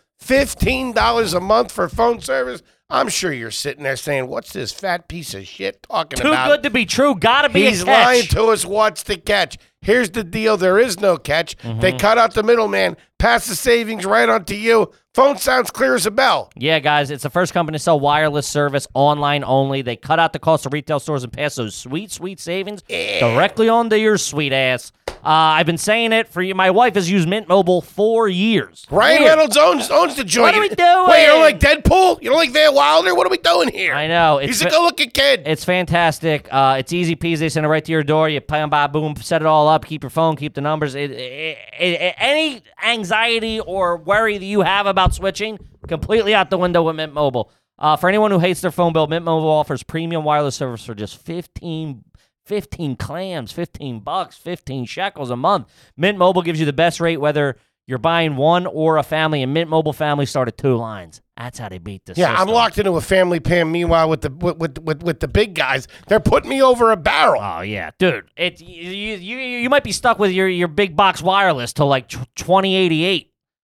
Speaker 1: $15 a month for phone service. I'm sure you're sitting there saying, What's this fat piece of shit talking
Speaker 2: Too
Speaker 1: about?
Speaker 2: good to be true. Gotta be
Speaker 1: He's
Speaker 2: a catch.
Speaker 1: lying to us. What's the catch? Here's the deal there is no catch. They
Speaker 2: Mm-hmm.
Speaker 1: cut out the middleman, pass the savings right onto you. Phone sounds clear as a bell.
Speaker 2: Yeah, guys, it's the first company to sell wireless service online only. They cut out the cost of retail stores and pass those sweet, sweet savings directly onto your sweet ass. Uh, I've been saying it for you. My wife has used Mint Mobile for years.
Speaker 1: Ryan
Speaker 2: Years.
Speaker 1: Reynolds owns, owns the joint.
Speaker 2: are we
Speaker 1: Wait, you
Speaker 2: doing?
Speaker 1: don't like Deadpool? You don't like Van Wilder? What are we doing here?
Speaker 2: I know. It's
Speaker 1: He's
Speaker 2: fa-
Speaker 1: a good looking kid.
Speaker 2: It's fantastic. Uh, it's easy peasy. They send it right to your door. You pay them, by boom, set it all up. Keep your phone, keep the numbers. It, it, it- it- any anxiety or worry that you have about switching, completely out the window with Mint Mobile. Uh, for anyone who hates their phone bill, Mint Mobile offers premium wireless service for just 15, 15 clams, 15 bucks, 15 shekels a month. Mint Mobile gives you the best rate whether you're buying one or a family, and Mint Mobile families start at two lines. That's how they beat the
Speaker 1: Yeah, I'm
Speaker 2: system.
Speaker 1: locked into a family pan. Meanwhile, with the with, with with with the big guys, they're putting me over a barrel.
Speaker 2: Oh yeah, dude. It you you, you might be stuck with your, your big box wireless till like twenty eighty eight.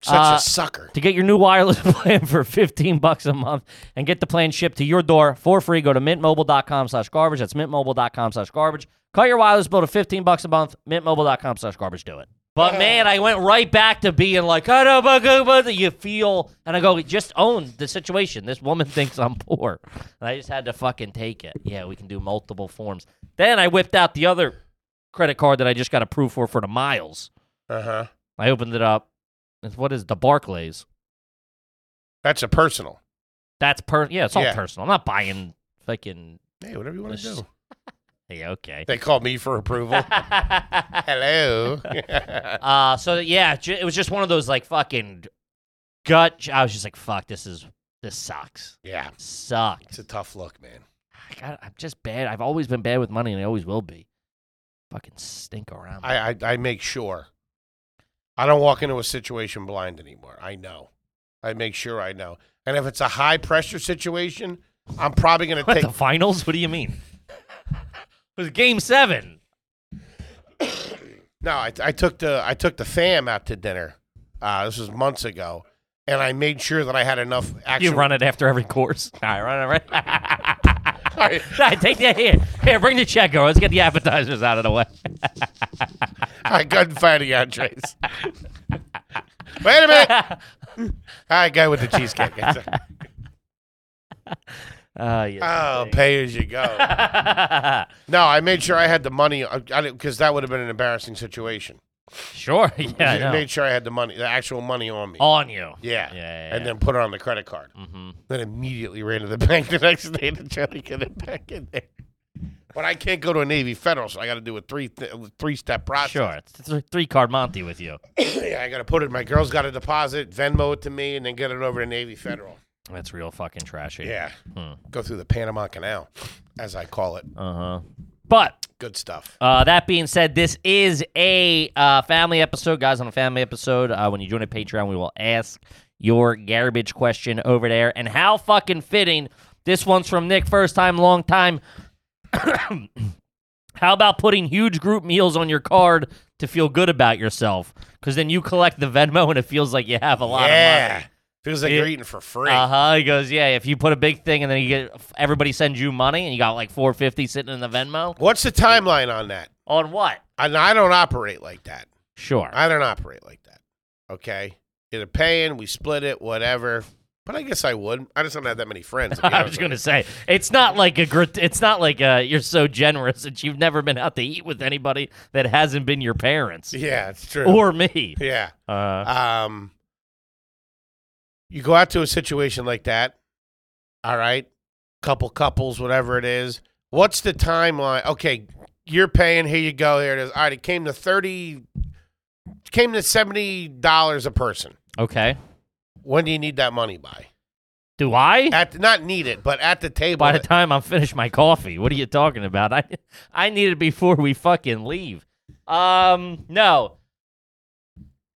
Speaker 1: Such
Speaker 2: uh,
Speaker 1: a sucker.
Speaker 2: To get your new wireless plan for 15 bucks a month and get the plan shipped to your door for free, go to mintmobile.com slash garbage. That's mintmobile.com slash garbage. Cut your wireless bill to 15 bucks a month. Mintmobile.com slash garbage. Do it. But man, I went right back to being like, I don't know, but you feel, and I go, just own the situation. This woman thinks I'm poor. And I just had to fucking take it. Yeah, we can do multiple forms. Then I whipped out the other credit card that I just got approved for for the miles.
Speaker 1: Uh huh.
Speaker 2: I opened it up. It's, what is the Barclays?
Speaker 1: That's a personal.
Speaker 2: That's per yeah, it's all
Speaker 1: Yeah.
Speaker 2: personal. I'm not buying fucking
Speaker 1: Hey, whatever you want to
Speaker 2: Let's-
Speaker 1: do.
Speaker 2: hey, okay.
Speaker 1: They call me for approval. Hello.
Speaker 2: uh so yeah, ju- it was just one of those like fucking gut I was just like fuck, this is this sucks.
Speaker 1: yeah,
Speaker 2: Sucked.
Speaker 1: it's a tough look, man.
Speaker 2: I got, I'm just bad. I've always been bad with money, and I always will be. Fucking stink around.
Speaker 1: I, I I make sure. I don't walk into a situation blind anymore. I know. I make sure I know. And if it's a high pressure situation, I'm probably going to
Speaker 2: What
Speaker 1: take.
Speaker 2: the finals? What do you mean? it was game seven.
Speaker 1: No, I, I took the I took the fam out to dinner. Uh, this was months ago, and I made sure that I had enough.
Speaker 2: You
Speaker 1: Actual,
Speaker 2: run it after every course. I run it right. Nah, take that here. Here, bring the check over. Let's get the appetizers out of the way.
Speaker 1: I couldn't find the entrees. Wait a minute! All right, guy with the cheesecake.
Speaker 2: Oh, yeah.
Speaker 1: Oh, pay as you go. No, I made sure I had the money because that would have been an embarrassing situation.
Speaker 2: sure. Yeah, I know.
Speaker 1: made sure I had the money, the actual money on me.
Speaker 2: On you.
Speaker 1: Yeah.
Speaker 2: Yeah, yeah,
Speaker 1: And then put it on the credit card.
Speaker 2: Mhm.
Speaker 1: Then immediately ran to the bank the next day to try to get it back in there. But I can't go to a Navy Federal, so I got to do a three th- three step process.
Speaker 2: Sure. It's th- three card Monty with you.
Speaker 1: yeah, I got to put it. My girl's got to deposit, Venmo it to me, and then get it over to Navy Federal.
Speaker 2: That's real fucking trashy.
Speaker 1: Yeah. Go through the Panama Canal, as I call it.
Speaker 2: Hmm. Uh huh. But
Speaker 1: Good stuff.
Speaker 2: Uh, that being said, this is a uh, family episode, guys. On a family episode, uh, when you join a Patreon, we will ask your garbage question over there. And how fucking fitting! This one's from Nick, first time, long time. how about putting huge group meals on your card to feel good about yourself? Because then you collect the Venmo and it feels like you have a lot of
Speaker 1: yeah.
Speaker 2: money.
Speaker 1: Feels like
Speaker 2: Yeah.
Speaker 1: you're eating for free.
Speaker 2: Uh huh. He goes, yeah. If you put a big thing and then you get everybody sends you money and you got like four fifty sitting in the Venmo
Speaker 1: What's the timeline on that?
Speaker 2: on what?
Speaker 1: And I don't operate like that.
Speaker 2: Sure.
Speaker 1: I don't operate like that. Okay. Either paying, we split it, whatever. But I guess I would. I just don't have that many friends. to be
Speaker 2: I
Speaker 1: honest
Speaker 2: was
Speaker 1: with
Speaker 2: gonna
Speaker 1: you.
Speaker 2: say it's not like a grat- it's not like uh you're so generous that you've never been out to eat with anybody that hasn't been your parents
Speaker 1: Yeah, it's true.
Speaker 2: or me.
Speaker 1: yeah.
Speaker 2: Uh,
Speaker 1: Um, you go out to a situation like that. All right. Couple couples, whatever it is. What's the timeline? Okay. You're paying. Here you go. Here it is. All right. It came to 30, came to $70 a person.
Speaker 2: okay.
Speaker 1: When do you need that money by?
Speaker 2: Do I?
Speaker 1: At not need it, but at the table.
Speaker 2: By the time I'm finished my coffee, what are you talking about? I I need it before we fucking leave. Um, no.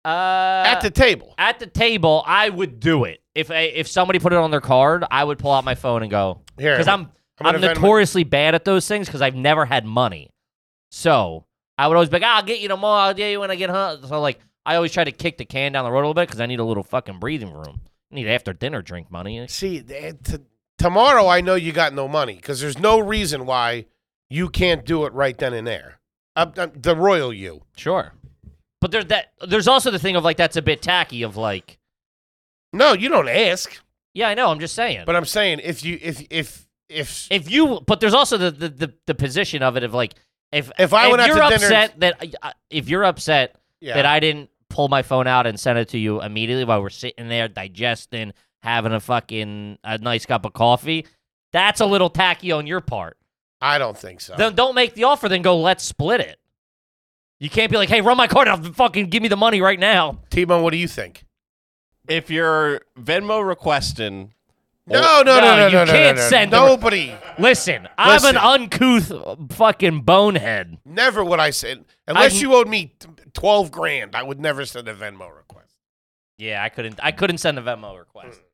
Speaker 2: Uh,
Speaker 1: at the table.
Speaker 2: at the table, I would do it if I, if somebody put it on their card. I would pull out my phone and go,
Speaker 1: Here,
Speaker 2: because I'm
Speaker 1: I'm gonna
Speaker 2: I'm,
Speaker 1: Venmo-
Speaker 2: notoriously bad at those things because I've never had money. So I would always be like, I'll get you tomorrow. I'll get you when I get home. So like, I always try to kick the can down the road a little bit because I need a little fucking breathing room. I need after dinner drink money.
Speaker 1: See, th- t- tomorrow I know you got no money because there's no reason why you can't do it right then and there. Uh, uh, the royal you.
Speaker 2: Sure, but there's that. There's also the thing of like that's a bit tacky of like,
Speaker 1: No, you don't ask.
Speaker 2: yeah, I know. I'm just saying.
Speaker 1: But I'm saying if you if if if
Speaker 2: if you, but there's also the the the, the position of it of like if
Speaker 1: If I went out
Speaker 2: you're
Speaker 1: to dinner-
Speaker 2: upset that I- if you're upset
Speaker 1: yeah,
Speaker 2: that I didn't pull my phone out and send it to you immediately while we're sitting there digesting, having a fucking a nice cup of coffee. That's a little tacky on your part.
Speaker 1: I don't think so.
Speaker 2: Then don't make the offer, then go let's split it. You can't be like, hey, run my card out, fucking give me the money right now.
Speaker 1: T Bone, what do you think?
Speaker 4: If you're Venmo requesting,
Speaker 1: No, no, no,
Speaker 2: no,
Speaker 1: no, no,
Speaker 2: you
Speaker 1: no, no,
Speaker 2: can't
Speaker 1: no, no.
Speaker 2: send the-
Speaker 1: nobody.
Speaker 2: Listen,
Speaker 1: Listen.
Speaker 2: I'm an uncouth uh, fucking bonehead.
Speaker 1: Never would I send unless
Speaker 2: I'm-
Speaker 1: you owed me t- twelve grand. I would never send a Venmo request.
Speaker 2: Yeah, I couldn't I couldn't send a Venmo request.
Speaker 1: Hmm.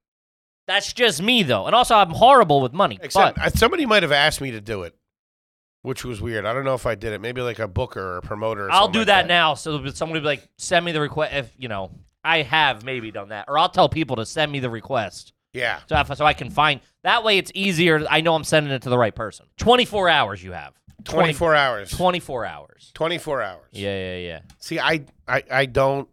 Speaker 2: That's just me though. And also I'm horrible with money.
Speaker 1: Except
Speaker 2: but
Speaker 1: uh, somebody might have asked me to do it, which was weird. I don't know if I did it. Maybe like a booker or a promoter. Or
Speaker 2: I'll
Speaker 1: something
Speaker 2: do
Speaker 1: like
Speaker 2: that, now. So that somebody will be like, send me the request. If you know, I have maybe done that, or I'll tell people to send me the request
Speaker 1: Yeah.
Speaker 2: so if, so I can find. That way, it's easier. I know I'm sending it to the right person. 24 hours you have.
Speaker 1: 24 hours.
Speaker 2: 24 hours.
Speaker 1: 24 hours.
Speaker 2: Yeah, yeah, yeah.
Speaker 1: See, I, I I don't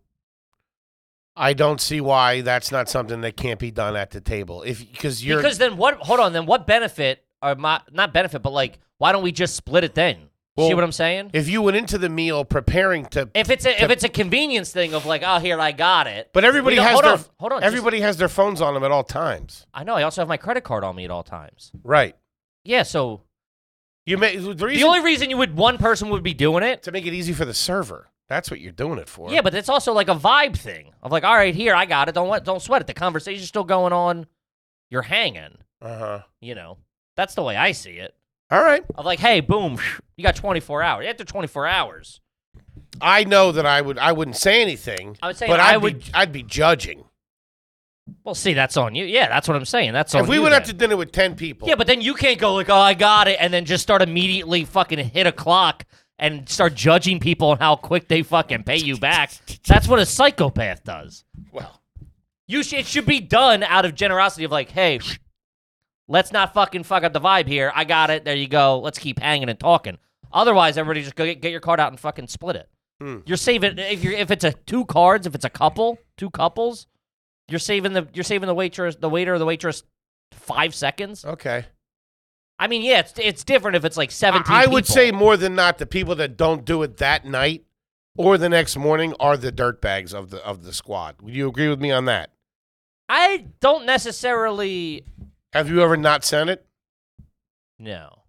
Speaker 1: I don't see why that's not something that can't be done at the table. If because you're
Speaker 2: because then what? Hold on. Then what benefit? Or my not benefit, but like, why don't we just split it then? See
Speaker 1: Well,
Speaker 2: what I'm saying?
Speaker 1: if you went into the meal preparing to
Speaker 2: If it's a if it's a convenience thing of like, oh here I got it.
Speaker 1: but everybody
Speaker 2: We don't-
Speaker 1: has
Speaker 2: hold
Speaker 1: their
Speaker 2: on, hold on. just-
Speaker 1: everybody has their phones on them at all times.
Speaker 2: I know. I also have my credit card on me at all times.
Speaker 1: Right.
Speaker 2: Yeah. So
Speaker 1: You may the reason
Speaker 2: the only reason you would one person would be doing it
Speaker 1: to make it easy for the server. That's what you're doing it for.
Speaker 2: Yeah, but it's also like a vibe thing of like, all right, here I got it. Don't wa- don't sweat it. The conversation's still going on. You're hanging,
Speaker 1: Uh-huh.
Speaker 2: you know. That's the way I see it.
Speaker 1: All right.
Speaker 2: Of like, hey, boom, you got 24 hours. After 24 hours,
Speaker 1: I know that I would I wouldn't say anything.
Speaker 2: I would say
Speaker 1: but
Speaker 2: I
Speaker 1: I'd
Speaker 2: would-
Speaker 1: be, I'd be judging.
Speaker 2: well, see, that's on you. Yeah, that's what I'm saying. That's on
Speaker 1: If we
Speaker 2: you
Speaker 1: went out to
Speaker 2: then.
Speaker 1: dinner with ten people,
Speaker 2: Yeah, but then you can't go like, oh, I got it, and then just start immediately fucking hit a clock and start judging people on how quick they fucking pay you back. That's what a psychopath does.
Speaker 1: well,
Speaker 2: You sh- it should be done out of generosity of like, hey, let's not fucking fuck up the vibe here. I got it. There you go. Let's keep hanging and talking. Otherwise, everybody just go get, get your card out and fucking split it.
Speaker 1: Hmm.
Speaker 2: You're saving if you're if it's a two cards, if it's a couple, two couples, you're saving the you're saving the waitress, the waiter or the waitress five seconds.
Speaker 1: okay.
Speaker 2: I mean, yeah, it's it's different if it's like
Speaker 1: I,
Speaker 2: seventeen.
Speaker 1: I would
Speaker 2: people.
Speaker 1: say more than not, the people that don't do it that night or the next morning are the dirtbags of the of the squad. Would you agree with me on that?
Speaker 2: I don't necessarily.
Speaker 1: Have you ever not sent it?
Speaker 2: No,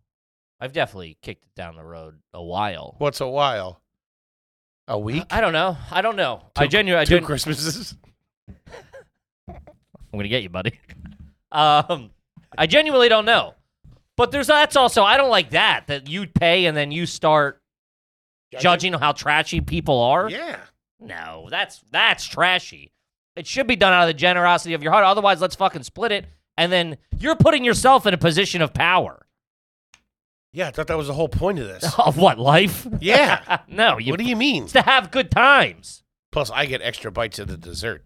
Speaker 2: I've definitely kicked it down the road a while.
Speaker 1: What's a while? A week?
Speaker 2: I don't know. I don't know. I genuinely, I
Speaker 1: Two
Speaker 2: genu-
Speaker 1: Christmases?
Speaker 2: I'm gonna get you, buddy. um, I genuinely don't know. But there's that's also I don't like that that you pay and then you start judging how trashy people are.
Speaker 1: Yeah.
Speaker 2: No, that's that's trashy. It should be done out of the generosity of your heart. Otherwise, let's fucking split it. And then you're putting yourself in a position of power.
Speaker 1: Yeah, I thought that was the whole point of this.
Speaker 2: Of what life?
Speaker 1: Yeah.
Speaker 2: no, you,
Speaker 1: what do you mean?
Speaker 2: it's to have good times.
Speaker 1: Plus, I get extra bites of the dessert.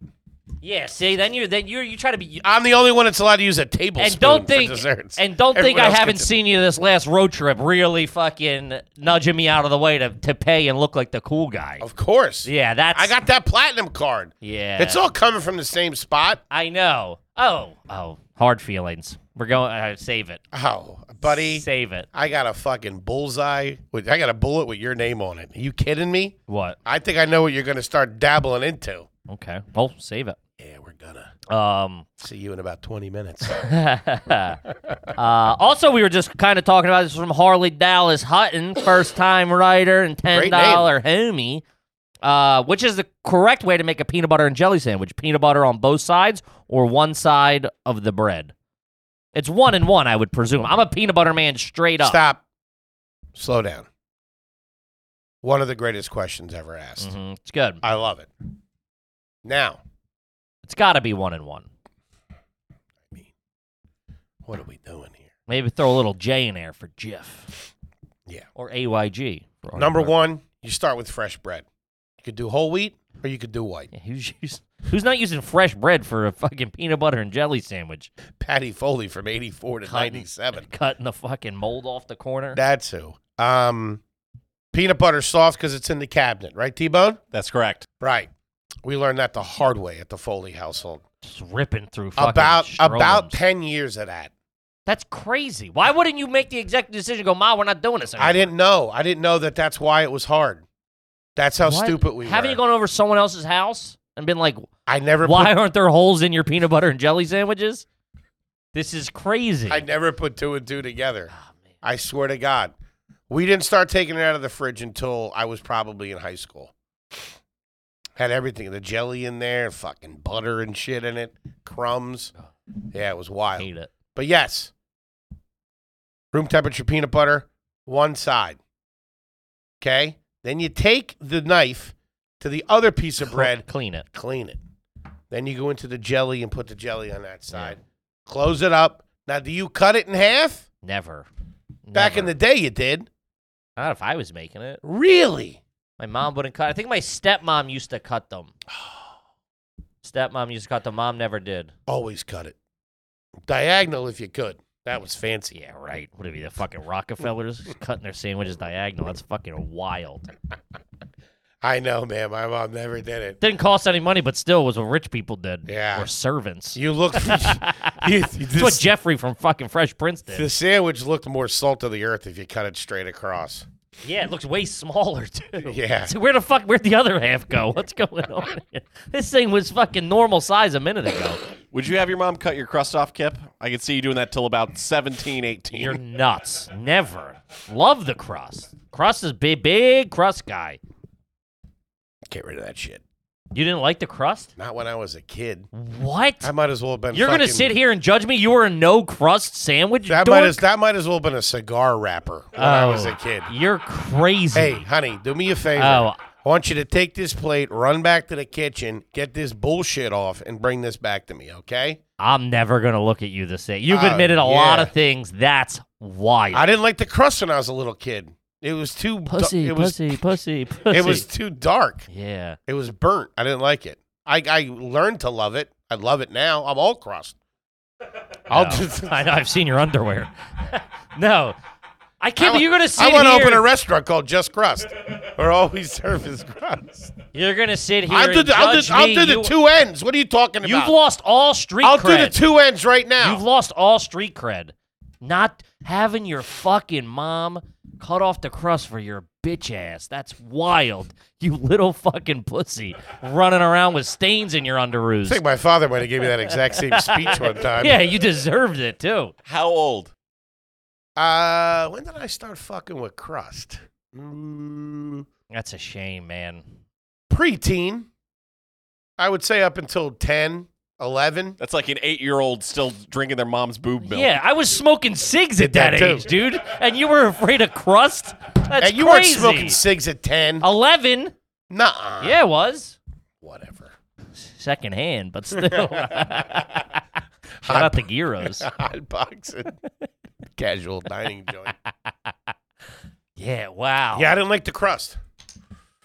Speaker 2: Yeah, see, then you're then you're you try to be
Speaker 1: I'm the only one that's allowed to use a tablespoon
Speaker 2: and don't
Speaker 1: for
Speaker 2: think
Speaker 1: desserts.
Speaker 2: and don't think
Speaker 1: Everyone
Speaker 2: I
Speaker 1: else
Speaker 2: haven't
Speaker 1: gets it.
Speaker 2: seen you this last road trip really fucking nudging me out of the way to, to pay and look like the cool guy.
Speaker 1: Of course.
Speaker 2: Yeah, that's
Speaker 1: Oh. I got that platinum card.
Speaker 2: yeah.
Speaker 1: It's all coming from the same spot.
Speaker 2: I know. Oh, oh, hard feelings. We're going. Uh, save it,
Speaker 1: Oh, buddy.
Speaker 2: Save it.
Speaker 1: I got a fucking bullseye. With, I got a bullet with your name on it. Are you kidding me?
Speaker 2: What?
Speaker 1: I think I know what you're going to start dabbling into.
Speaker 2: Okay. Well, save it.
Speaker 1: Yeah, we're going to
Speaker 2: Um.
Speaker 1: see you in about 20 minutes.
Speaker 2: uh, also, we were just kind of talking about this from Harley Dallas Hutton, first time writer and ten
Speaker 1: Great name.
Speaker 2: dollar homie. Uh, which is the correct way to make a peanut butter and jelly sandwich? Peanut butter on both sides or one side of the bread? It's one and one, I would presume. I'm a peanut butter man straight up.
Speaker 1: Stop. Slow down. One of the greatest questions ever asked.
Speaker 2: Mhm, It's good.
Speaker 1: I love it. Now,
Speaker 2: It's got to be one and one.
Speaker 1: what are we doing here?
Speaker 2: Maybe throw a little J in there for Jif.
Speaker 1: Yeah.
Speaker 2: Or AYG. for
Speaker 1: Number
Speaker 2: Arnold.
Speaker 1: one, you start with fresh bread. You could do whole wheat or you could do white.
Speaker 2: Yeah, who's, using, who's not using fresh bread for a fucking peanut butter and jelly sandwich?
Speaker 1: Patty Foley from 84 to
Speaker 2: Cotton.
Speaker 1: 97.
Speaker 2: Cutting the fucking mold off the corner.
Speaker 1: That's who. Um, peanut butter soft because it's in the cabinet, right, T Bone?
Speaker 4: That's correct.
Speaker 1: Right. We learned that the hard way at the Foley household.
Speaker 2: Just ripping through fucking
Speaker 1: about about
Speaker 2: strobums.
Speaker 1: ten years of that.
Speaker 2: That's crazy. Why wouldn't you make the executive decision go, Ma, we're not doing this anymore?
Speaker 1: I didn't know. I didn't know that that's why it was hard. That's how
Speaker 2: What?
Speaker 1: stupid we
Speaker 2: Haven't
Speaker 1: were.
Speaker 2: you gone over someone else's house and been like,
Speaker 1: I never.
Speaker 2: why
Speaker 1: Put,
Speaker 2: aren't there holes in your peanut butter and jelly sandwiches? This is crazy.
Speaker 1: I never put two and two together.
Speaker 2: Ah, man.
Speaker 1: I swear to God, we didn't start taking it out of the fridge until I was probably in high school. Had everything, the jelly in there, fucking butter and shit in it, crumbs. Yeah, it was wild.
Speaker 2: hate it.
Speaker 1: But yes, room temperature peanut butter, one side. Okay. Then you take the knife to the other piece of bread,
Speaker 2: Clean it.
Speaker 1: clean it. Then you go into the jelly and put the jelly on that side. Close it up. Now, do you cut it in half?
Speaker 2: Never.
Speaker 1: Back in
Speaker 2: Never.
Speaker 1: the day, you did.
Speaker 2: Not if I was making it.
Speaker 1: Really?
Speaker 2: My mom wouldn't cut. I think my stepmom used to cut them. stepmom used to cut them. Mom never did.
Speaker 1: Always cut it. Diagonal if you could. That was fancy.
Speaker 2: Yeah, right. What it be the fucking Rockefellers cutting their sandwiches diagonal? That's fucking wild.
Speaker 1: I know, man. My mom never did it.
Speaker 2: Didn't cost any money, but still was what rich people did.
Speaker 1: Yeah.
Speaker 2: Or servants.
Speaker 1: You look. you,
Speaker 2: That's what Jeffrey from fucking Fresh Prince did.
Speaker 1: The sandwich looked more salt of the earth if you cut it straight across.
Speaker 2: yeah, it looks way smaller too.
Speaker 1: Yeah.
Speaker 2: So where the fuck? Where'd the other half go? What's going on? here? This thing was fucking normal size a minute ago.
Speaker 4: Would you have your mom cut your crust off, Kip? I could see you doing that till about 17, 18.
Speaker 2: You're nuts. Never. Love the crust. Crust is big, big crust guy.
Speaker 1: Get rid of that shit.
Speaker 2: You didn't like the crust?
Speaker 1: Not when I was a kid.
Speaker 2: What?
Speaker 1: I might as well have been.
Speaker 2: You're going to
Speaker 1: fucking-
Speaker 2: sit here and judge me? You were a no crust sandwich?
Speaker 1: That
Speaker 2: dork?
Speaker 1: might as that might as well have been a cigar wrapper when I was
Speaker 2: Oh.
Speaker 1: a kid.
Speaker 2: You're crazy.
Speaker 1: Hey, honey, do me a favor.
Speaker 2: Oh.
Speaker 1: I want you to take this plate, run back to the kitchen, get this bullshit off, and bring this back to me, okay?
Speaker 2: I'm never going to look at you the same. You've
Speaker 1: Oh,
Speaker 2: admitted a lot
Speaker 1: yeah.
Speaker 2: of things. That's wild.
Speaker 1: I didn't like the crust when I was a little kid. It was too du-
Speaker 2: pussy,
Speaker 1: it was,
Speaker 2: pussy, pussy, pussy.
Speaker 1: It was too dark.
Speaker 2: Yeah.
Speaker 1: It was burnt. I didn't like it. I, I learned to love it. I love it now. I'm all crust. I'll
Speaker 2: No.
Speaker 1: just,
Speaker 2: I know. I've seen your underwear. no. I
Speaker 1: I
Speaker 2: can't.
Speaker 1: wa-
Speaker 2: believe you're gonna sit
Speaker 1: I want to
Speaker 2: here.
Speaker 1: open a restaurant called Just Crust, where all we serve is crust.
Speaker 2: You're gonna sit here.
Speaker 1: I'll do,
Speaker 2: and
Speaker 1: the, I'll,
Speaker 2: judge
Speaker 1: do, I'll
Speaker 2: me.
Speaker 1: do the
Speaker 2: You-
Speaker 1: two ends. What are you talking about?
Speaker 2: You've lost all street
Speaker 1: I'll
Speaker 2: cred.
Speaker 1: do the two ends right now.
Speaker 2: You've lost all street cred. Not having your fucking mom cut off the crust for your bitch ass. That's wild. You little fucking pussy running around with stains in your
Speaker 1: I think
Speaker 2: underoos.
Speaker 1: my father might have gave me that exact same speech one time.
Speaker 2: Yeah, you deserved it too.
Speaker 4: How old?
Speaker 1: Uh, when did I start fucking with crust? Mm,
Speaker 2: That's a shame, man.
Speaker 1: preteen. I would say up until 10, 11.
Speaker 4: That's like an eight-year-old still drinking their mom's boob milk.
Speaker 2: Yeah, I was smoking cigs
Speaker 1: Did
Speaker 2: at that,
Speaker 1: that, too.
Speaker 2: age, dude, and you were afraid of crust. That's
Speaker 1: and you weren't
Speaker 2: crazy.
Speaker 1: smoking cigs at 10.
Speaker 2: Eleven.
Speaker 1: Nuh-uh.
Speaker 2: Yeah, it was
Speaker 1: Whatever.
Speaker 2: second hand, but still. Shout out the Giros.
Speaker 1: Hot boxing. Casual dining joint.
Speaker 2: Yeah, wow.
Speaker 1: Yeah, I didn't like the crust.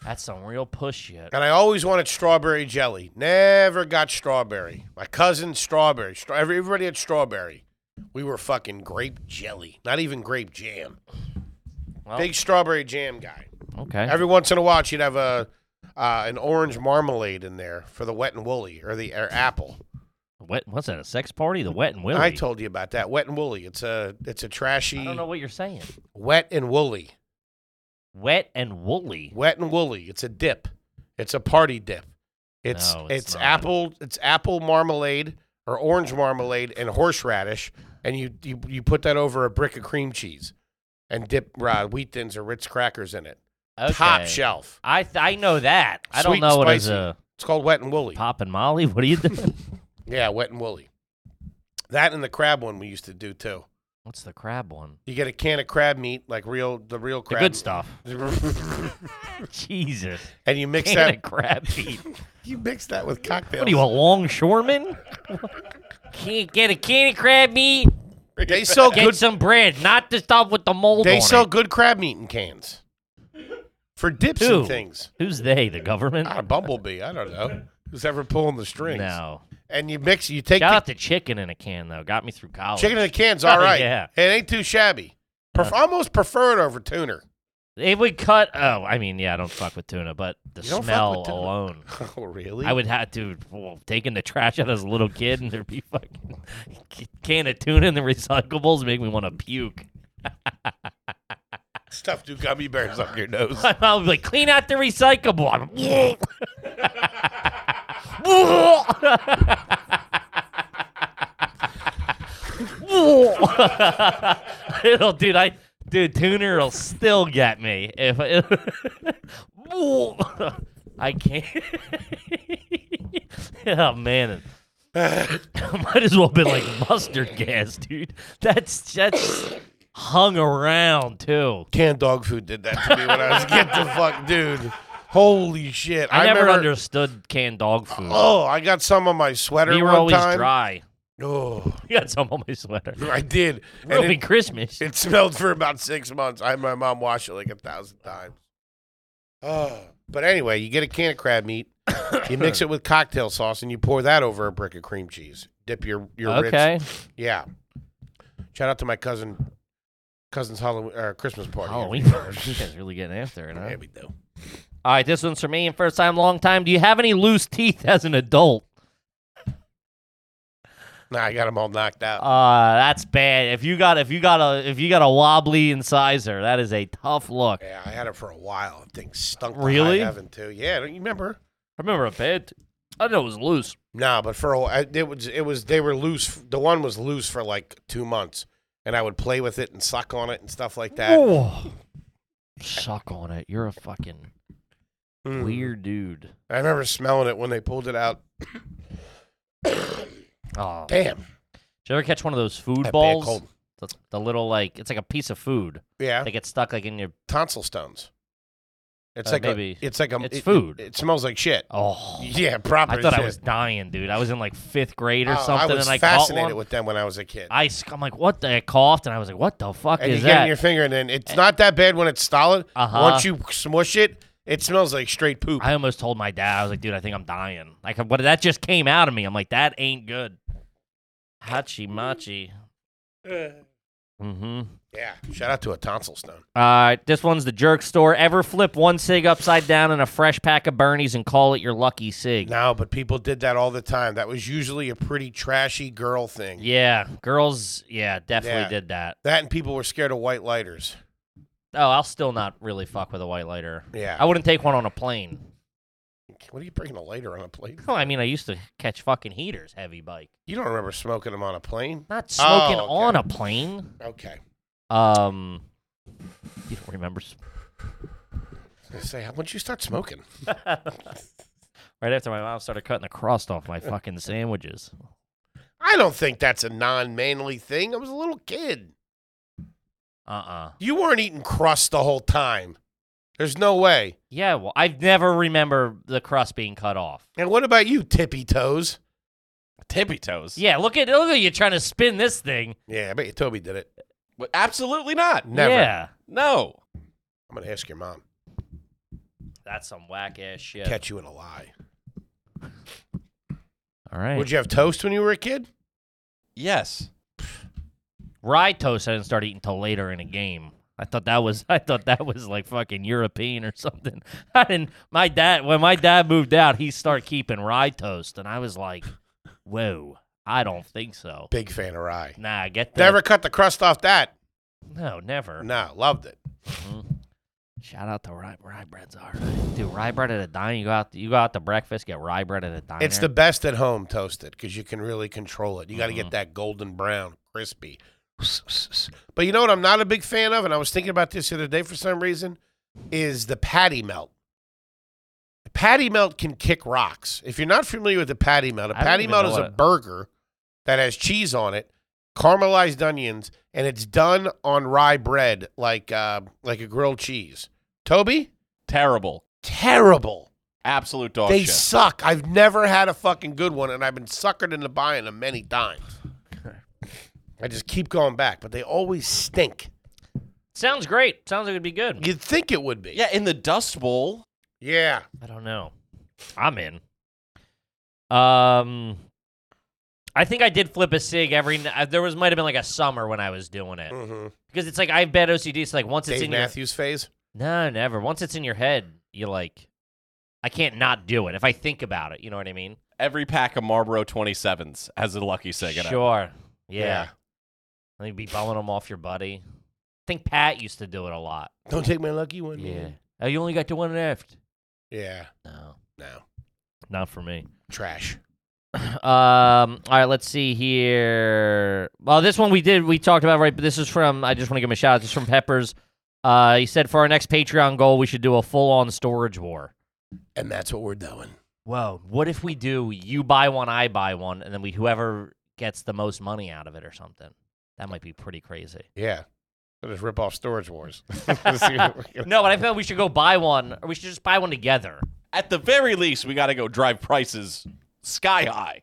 Speaker 2: That's some real push shit.
Speaker 1: And I always wanted strawberry jelly. Never got strawberry. My cousin, strawberry. Stra- every- everybody had strawberry. We were fucking grape jelly, not even grape jam.
Speaker 2: Well.
Speaker 1: Big strawberry jam guy.
Speaker 2: Okay.
Speaker 1: Every once in a while, she'd have a uh, an orange marmalade in there for the wet and woolly or the or apple.
Speaker 2: What, what's that, a sex party? The wet and willy?
Speaker 1: I told you about that wet and woolly. It's a it's a
Speaker 2: I
Speaker 1: trashy
Speaker 2: don't know what you're saying.
Speaker 1: wet and woolly.
Speaker 2: Wet and woolly.
Speaker 1: Wet and woolly. It's a dip. It's a party dip. It's
Speaker 2: No, it's
Speaker 1: it's,
Speaker 2: not.
Speaker 1: apple it's apple marmalade or orange marmalade and horseradish, and you you, you put that over a brick of cream cheese, and dip uh, wheat thins or Ritz crackers in it. Top
Speaker 2: Okay.
Speaker 1: shelf.
Speaker 2: I th- I know that. I don't
Speaker 1: Sweet
Speaker 2: know what is
Speaker 1: spicy.
Speaker 2: a
Speaker 1: It's called wet and woolly.
Speaker 2: pop and molly. What are you doing?
Speaker 1: Yeah, wet and woolly. That and the crab one we used to do too.
Speaker 2: what's the crab one?
Speaker 1: You get a can of crab meat, like real the real
Speaker 2: The
Speaker 1: crab.
Speaker 2: good stuff.
Speaker 1: stuff.
Speaker 2: Jesus.
Speaker 1: and you mix
Speaker 2: Can
Speaker 1: that
Speaker 2: of crab meat.
Speaker 1: you mix that with cocktails.
Speaker 2: What are you, a longshoreman? Can't get a can of crab meat.
Speaker 1: They sell
Speaker 2: Get
Speaker 1: good
Speaker 2: some bread, not the stuff with the mold
Speaker 1: They
Speaker 2: on
Speaker 1: sell
Speaker 2: it.
Speaker 1: good crab meat in cans for dips
Speaker 2: Who?
Speaker 1: and things.
Speaker 2: Who's they? The government?
Speaker 1: Ah, bumblebee. I don't know who's ever pulling the strings.
Speaker 2: No.
Speaker 1: And you mix. You take
Speaker 2: Shout
Speaker 1: the
Speaker 2: out to chicken in a can though. Got me through college.
Speaker 1: chicken in the cans. All right.
Speaker 2: Yeah.
Speaker 1: It ain't too shabby. Pref- Almost prefer it over tuna.
Speaker 2: They would cut. Oh, I mean, yeah, I don't fuck with tuna, but the
Speaker 1: You don't fuck
Speaker 2: smell
Speaker 1: with tuna?
Speaker 2: alone.
Speaker 1: Oh really?
Speaker 2: I would have to well, taking the trash out as a little kid, and there'd be fucking c- can of tuna in the recyclables, make me want to puke.
Speaker 1: stuff two gummy bears up your nose.
Speaker 2: My mom would be like, "Clean out the recyclable." I'm- it'll, dude. I, dude, tuner will still get me if I, I can't. oh man, might as well have been like mustard gas, dude. That's that's hung around too.
Speaker 1: Canned dog food did that to me when I was a kid. The fuck, dude. Holy shit!
Speaker 2: I, never
Speaker 1: remember-
Speaker 2: understood canned dog food.
Speaker 1: Oh, I got some on my sweater
Speaker 2: we were
Speaker 1: one
Speaker 2: always
Speaker 1: time.
Speaker 2: dry.
Speaker 1: Oh,
Speaker 2: You got some on my sweater.
Speaker 1: I did. And it-
Speaker 2: Ruined Christmas.
Speaker 1: It smelled for about six months. I had my mom wash it like a thousand times. Oh. But anyway, you get a can of crab meat, you mix it with cocktail sauce, and you pour that over a brick of cream cheese. Dip your your
Speaker 2: okay.
Speaker 1: Ritz. Yeah. Shout out to my cousin, cousin's Halloween or Christmas party.
Speaker 2: Halloween. you guys really getting after it, huh?
Speaker 1: Yeah, we do.
Speaker 2: All right, this one's for me. And first time, long time. Do you have any loose teeth as an adult?
Speaker 1: Nah, I got them all knocked out.
Speaker 2: Uh, that's bad. If you got if you got a if you got a wobbly incisor, that is a tough look. I
Speaker 1: yeah, I had it for a while. Things stunk. to high
Speaker 2: Really?
Speaker 1: heaven, too. Yeah, don't you remember?
Speaker 2: remember a bad. I know it was loose.
Speaker 1: No, but for a while, it was it was they were loose. The one was loose for like two months, and I would play with it and suck on it and stuff like that.
Speaker 2: Oh. Suck on it. You're a fucking
Speaker 1: Hmm.
Speaker 2: Weird dude.
Speaker 1: Mm. I remember smelling it when they pulled it out.
Speaker 2: Oh. Did
Speaker 1: Damn.
Speaker 2: you ever catch one of those food
Speaker 1: That bad
Speaker 2: balls?
Speaker 1: cold.
Speaker 2: The, the little like it's like a piece of food.
Speaker 1: Yeah.
Speaker 2: They get stuck like in your
Speaker 1: Tonsil stones. It's
Speaker 2: Uh,
Speaker 1: like
Speaker 2: maybe.
Speaker 1: a. It's like a.
Speaker 2: It's
Speaker 1: it-
Speaker 2: food.
Speaker 1: It, smells like shit.
Speaker 2: oh.
Speaker 1: Yeah, proper.
Speaker 2: I thought I
Speaker 1: shit.
Speaker 2: was dying, dude. I was in like fifth grade or
Speaker 1: Oh,
Speaker 2: something,
Speaker 1: I was
Speaker 2: and I caught
Speaker 1: fascinated
Speaker 2: one.
Speaker 1: with them when I was a kid.
Speaker 2: I, sc- I'm like, what? The? I coughed, and I was like, what the fuck
Speaker 1: and you
Speaker 2: is
Speaker 1: get in
Speaker 2: that?
Speaker 1: your finger, and then it's not that bad when it's solid.
Speaker 2: Uh-huh.
Speaker 1: Once you smush it, it smells like straight poop.
Speaker 2: I almost told my dad. I was like, dude, I think I'm dying. Like, what? That just came out of me. I'm like, that ain't good. Hachi machi. Mm-hmm.
Speaker 1: yeah. Shout out to a tonsil stone.
Speaker 2: All right, this one's the jerk store. Ever flip one sig upside down in a fresh pack of Bernies and call it your lucky sig?
Speaker 1: No, but people did that all the time. That was usually a pretty trashy girl thing.
Speaker 2: Yeah, girls. Yeah, definitely
Speaker 1: Yeah.
Speaker 2: did that.
Speaker 1: That and people were scared of white lighters.
Speaker 2: Oh, I'll still not really fuck with a white lighter.
Speaker 1: Yeah.
Speaker 2: I wouldn't take one on a plane.
Speaker 1: what are you bringing a lighter on a plane?
Speaker 2: Oh, I mean, I used to catch fucking heaters heavy bike.
Speaker 1: You don't remember smoking them on a plane?
Speaker 2: Not smoking
Speaker 1: Oh, okay.
Speaker 2: on a plane.
Speaker 1: Okay.
Speaker 2: Um, you don't remember s-
Speaker 1: I say, how would you start smoking?
Speaker 2: right after my mom started cutting the crust off my fucking sandwiches.
Speaker 1: I don't think that's a non-manly thing. I was a little kid.
Speaker 2: Uh uh
Speaker 1: You weren't eating crust the whole time. There's no way.
Speaker 2: Yeah, well, I never remember the crust being cut off.
Speaker 1: And what about you, tippy toes?
Speaker 4: Tippy toes.
Speaker 2: Yeah, look at look at you trying to spin this thing.
Speaker 1: Yeah, I bet you Toby did it.
Speaker 4: But absolutely not.
Speaker 1: Never.
Speaker 2: Yeah,
Speaker 4: No.
Speaker 1: I'm gonna ask your mom.
Speaker 2: that's some whack ass shit.
Speaker 1: Catch you in a lie.
Speaker 2: All right,
Speaker 1: Would you have toast when you were a kid?
Speaker 4: Yes.
Speaker 2: rye toast. I didn't start eating till later in a game. I thought that was I thought that was like fucking European or something. I didn't. My dad when my dad moved out, he started keeping rye toast, and I was like, whoa, I don't think so.
Speaker 1: Big fan of rye.
Speaker 2: Nah, get that.
Speaker 1: Never cut the crust off that.
Speaker 2: No, never. Mm-hmm.
Speaker 1: No, loved it.
Speaker 2: Shout out to rye, rye breads are. Dude, rye bread at a diner. You go out you go out to breakfast, get rye bread at a diner.
Speaker 1: It's the best at home toasted because you can really control it. You got to
Speaker 2: Mm-hmm.
Speaker 1: get that golden brown, crispy. But you know what I'm not a big fan of, and I was thinking about this the other day for some reason, is the patty melt. The patty melt can kick rocks. If you're not familiar with the patty melt, a
Speaker 2: I don't
Speaker 1: patty
Speaker 2: even
Speaker 1: melt
Speaker 2: know
Speaker 1: is a
Speaker 2: what it-
Speaker 1: burger that has cheese on it, caramelized onions, and it's done on rye bread like uh, like a grilled cheese. Toby,
Speaker 4: Terrible.
Speaker 1: terrible.
Speaker 4: Absolute dog
Speaker 1: They
Speaker 4: shit.
Speaker 1: suck. I've never had a fucking good one, and I've been suckered into buying them many times. I just keep going back, but they always stink.
Speaker 2: Sounds great. Sounds like it'd be good.
Speaker 1: You'd think it would be.
Speaker 4: yeah, in the Dust Bowl.
Speaker 1: Yeah.
Speaker 2: I don't know. I'm in. Um I think I did flip a sig every n- uh, there was might have been like a summer when I was doing it.
Speaker 1: hmm
Speaker 2: Because it's like I have bad OCD, so like once it's
Speaker 1: Dave
Speaker 2: in
Speaker 1: Matthews phase.
Speaker 2: your No, never. Once it's in your head, you like I can't not do it if I think about it, you know what I mean?
Speaker 4: Every pack of Marlboro 27s has a lucky cigarette.
Speaker 2: Sure. yeah. And you'd be bumming them off your buddy. I think Pat used to do it a lot.
Speaker 1: Don't take my lucky one. man.
Speaker 2: Oh, you only got the one left.
Speaker 1: Yeah.
Speaker 2: No,
Speaker 1: No.
Speaker 2: not for me.
Speaker 1: Trash.
Speaker 2: Um. All right. Let's see here. Well, this one we did. We talked about right. But this is from. I just want to give him a shout out. This is from Peppers. Uh, he said for our next Patreon goal, we should do a full-on storage war.
Speaker 1: And that's what we're doing.
Speaker 2: Whoa. What if we do? You buy one, I buy one, and then we whoever gets the most money out of it or something. That might be pretty crazy.
Speaker 1: Yeah. Let us rip off Storage Wars.
Speaker 2: No, but I feel we should go buy one, or we should just buy one together.
Speaker 4: At the very least, we got to go drive prices sky high.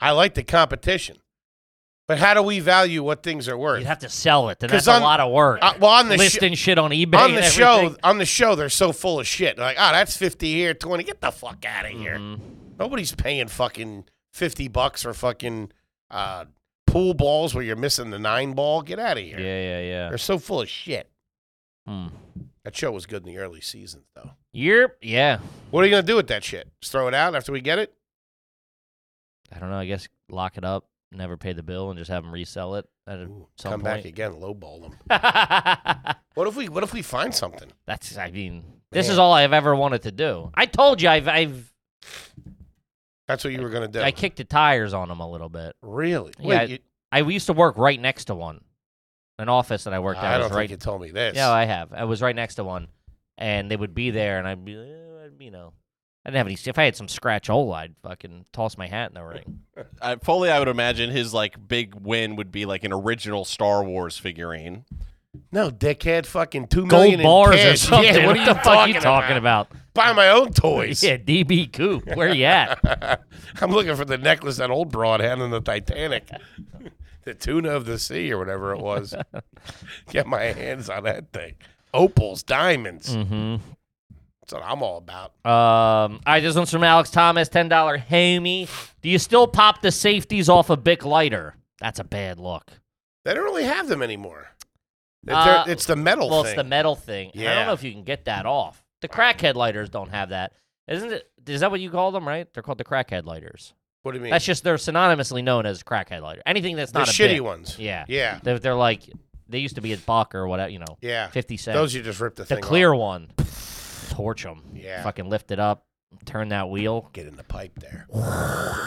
Speaker 1: I like the competition. But how do we value what things are worth?
Speaker 2: You'd have to sell it, and
Speaker 1: 'Cause
Speaker 2: that's a
Speaker 1: on-
Speaker 2: lot of work.
Speaker 1: Uh, well, on the sh-
Speaker 2: listing shit on eBay.
Speaker 1: on
Speaker 2: and
Speaker 1: the show
Speaker 2: everything.
Speaker 1: on the show they're so full of shit like oh that's 50 here 20 get the fuck out of here
Speaker 2: Mhm.
Speaker 1: nobody's paying fucking 50 bucks for fucking uh, pool balls where you're missing the nine ball get out of here
Speaker 2: Yeah, yeah,
Speaker 1: they're so full of shit
Speaker 2: yeah. Hmm.
Speaker 1: that show was good in the early seasons though
Speaker 2: Yep. Yeah.
Speaker 1: what are you gonna do with that shit just throw it out after we get it
Speaker 2: I don't know. I guess lock it up, never pay the bill, and just have them resell it at a-
Speaker 1: Ooh,
Speaker 2: some
Speaker 1: come back
Speaker 2: point.
Speaker 1: again lowball them what if we what if we find something
Speaker 2: That's. I mean, this
Speaker 1: Man.
Speaker 2: is all I've ever wanted to do. I told you, I've, I've,
Speaker 1: that's what you were gonna do
Speaker 2: I kicked the tires on them a little bit.
Speaker 1: really
Speaker 2: Yeah,
Speaker 1: Wait, you-
Speaker 2: I used to work right next to one, an office that I worked at.
Speaker 1: i
Speaker 2: was
Speaker 1: don't
Speaker 2: right oh,
Speaker 1: think you told me this
Speaker 2: Yeah, I have. I was right next to one, and they would be there, and I'd be, like, "Eh, uh, you know, I didn't have any. If I had some scratchola, I'd fucking toss my hat in the ring.
Speaker 4: I, Foley, I would imagine his like big win would be like an original Star Wars figurine.
Speaker 1: No, dickhead, fucking two
Speaker 2: Gold
Speaker 1: million in
Speaker 2: bars or
Speaker 1: cash.
Speaker 2: something.
Speaker 1: Yeah, what,
Speaker 2: what
Speaker 1: are you
Speaker 2: the fuck
Speaker 1: talking
Speaker 2: you talking
Speaker 1: about?
Speaker 2: about?
Speaker 1: Buy my own toys.
Speaker 2: Yeah, DB Coop. Where you at?
Speaker 1: I'm looking for the necklace that old broad had on the Titanic, the tuna of the sea or whatever it was. Get my hands on that thing. Opals, diamonds.
Speaker 2: hmm
Speaker 1: That's what I'm all about.
Speaker 2: Um, all right, this one's from Alex Thomas, ten dollar hammy. Do you still pop the safeties off a Bic lighter? That's a bad look.
Speaker 1: They don't really have them anymore. They're-
Speaker 2: Uh,
Speaker 1: it's the metal
Speaker 2: well,
Speaker 1: thing.
Speaker 2: it's the metal thing. I
Speaker 1: Yeah.
Speaker 2: don't know if you can get that off. The crackhead lighters don't have that. Isn't it? Is that what you call them? Right? They're called the crackhead lighters.
Speaker 1: what do you mean?
Speaker 2: That's just they're synonymously known as crackhead lighter. Anything that's
Speaker 1: the
Speaker 2: not a
Speaker 1: shitty
Speaker 2: Bic.
Speaker 1: ones.
Speaker 2: Yeah.
Speaker 1: Yeah.
Speaker 2: They're, they're like they used to be a buck or whatever. You know,
Speaker 1: Yeah.
Speaker 2: fifty cents.
Speaker 1: Those you just rip the,
Speaker 2: the
Speaker 1: thing off.
Speaker 2: clear one. Torch them.
Speaker 1: Yeah.
Speaker 2: Fucking lift it up. Turn that wheel.
Speaker 1: Get in the pipe there.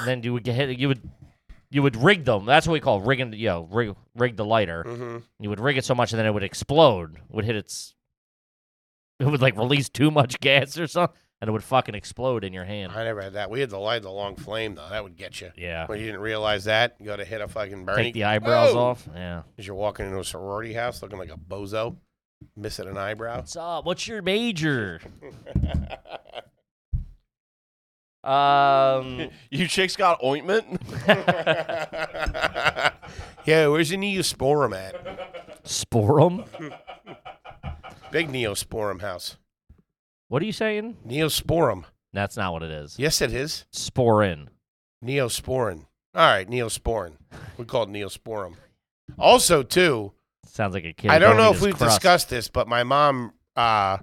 Speaker 2: then you would get hit. You would you would rig them. That's what we call rigging. You know, rig, rig the lighter.
Speaker 1: Mm-hmm.
Speaker 2: You would rig it so much, and then it would explode. Would hit its. It would like release too much gas or something, and it would fucking explode in your hand.
Speaker 1: I never had that. We had to light the long flame though. That would get you.
Speaker 2: Yeah.
Speaker 1: When you didn't realize that, you got to hit a fucking Bernie.
Speaker 2: Take the eyebrows
Speaker 1: Oh!
Speaker 2: off. Yeah.
Speaker 1: As you're walking into a sorority house looking like a bozo, missing an eyebrow.
Speaker 2: What's up? What's your major? um.
Speaker 4: You chicks got ointment?
Speaker 1: yeah, where's your neosporum at?
Speaker 2: Sporum.
Speaker 1: Big neosporum house.
Speaker 2: What are you saying?
Speaker 1: Neosporum.
Speaker 2: That's not what it is.
Speaker 1: Yes, it is.
Speaker 2: Sporin.
Speaker 1: Neosporin. All right, neosporin. We call it neosporum. Also, too,
Speaker 2: Sounds like a kid.
Speaker 1: I don't know
Speaker 2: growing
Speaker 1: if
Speaker 2: his
Speaker 1: we've
Speaker 2: crust.
Speaker 1: discussed this, but my mom uh,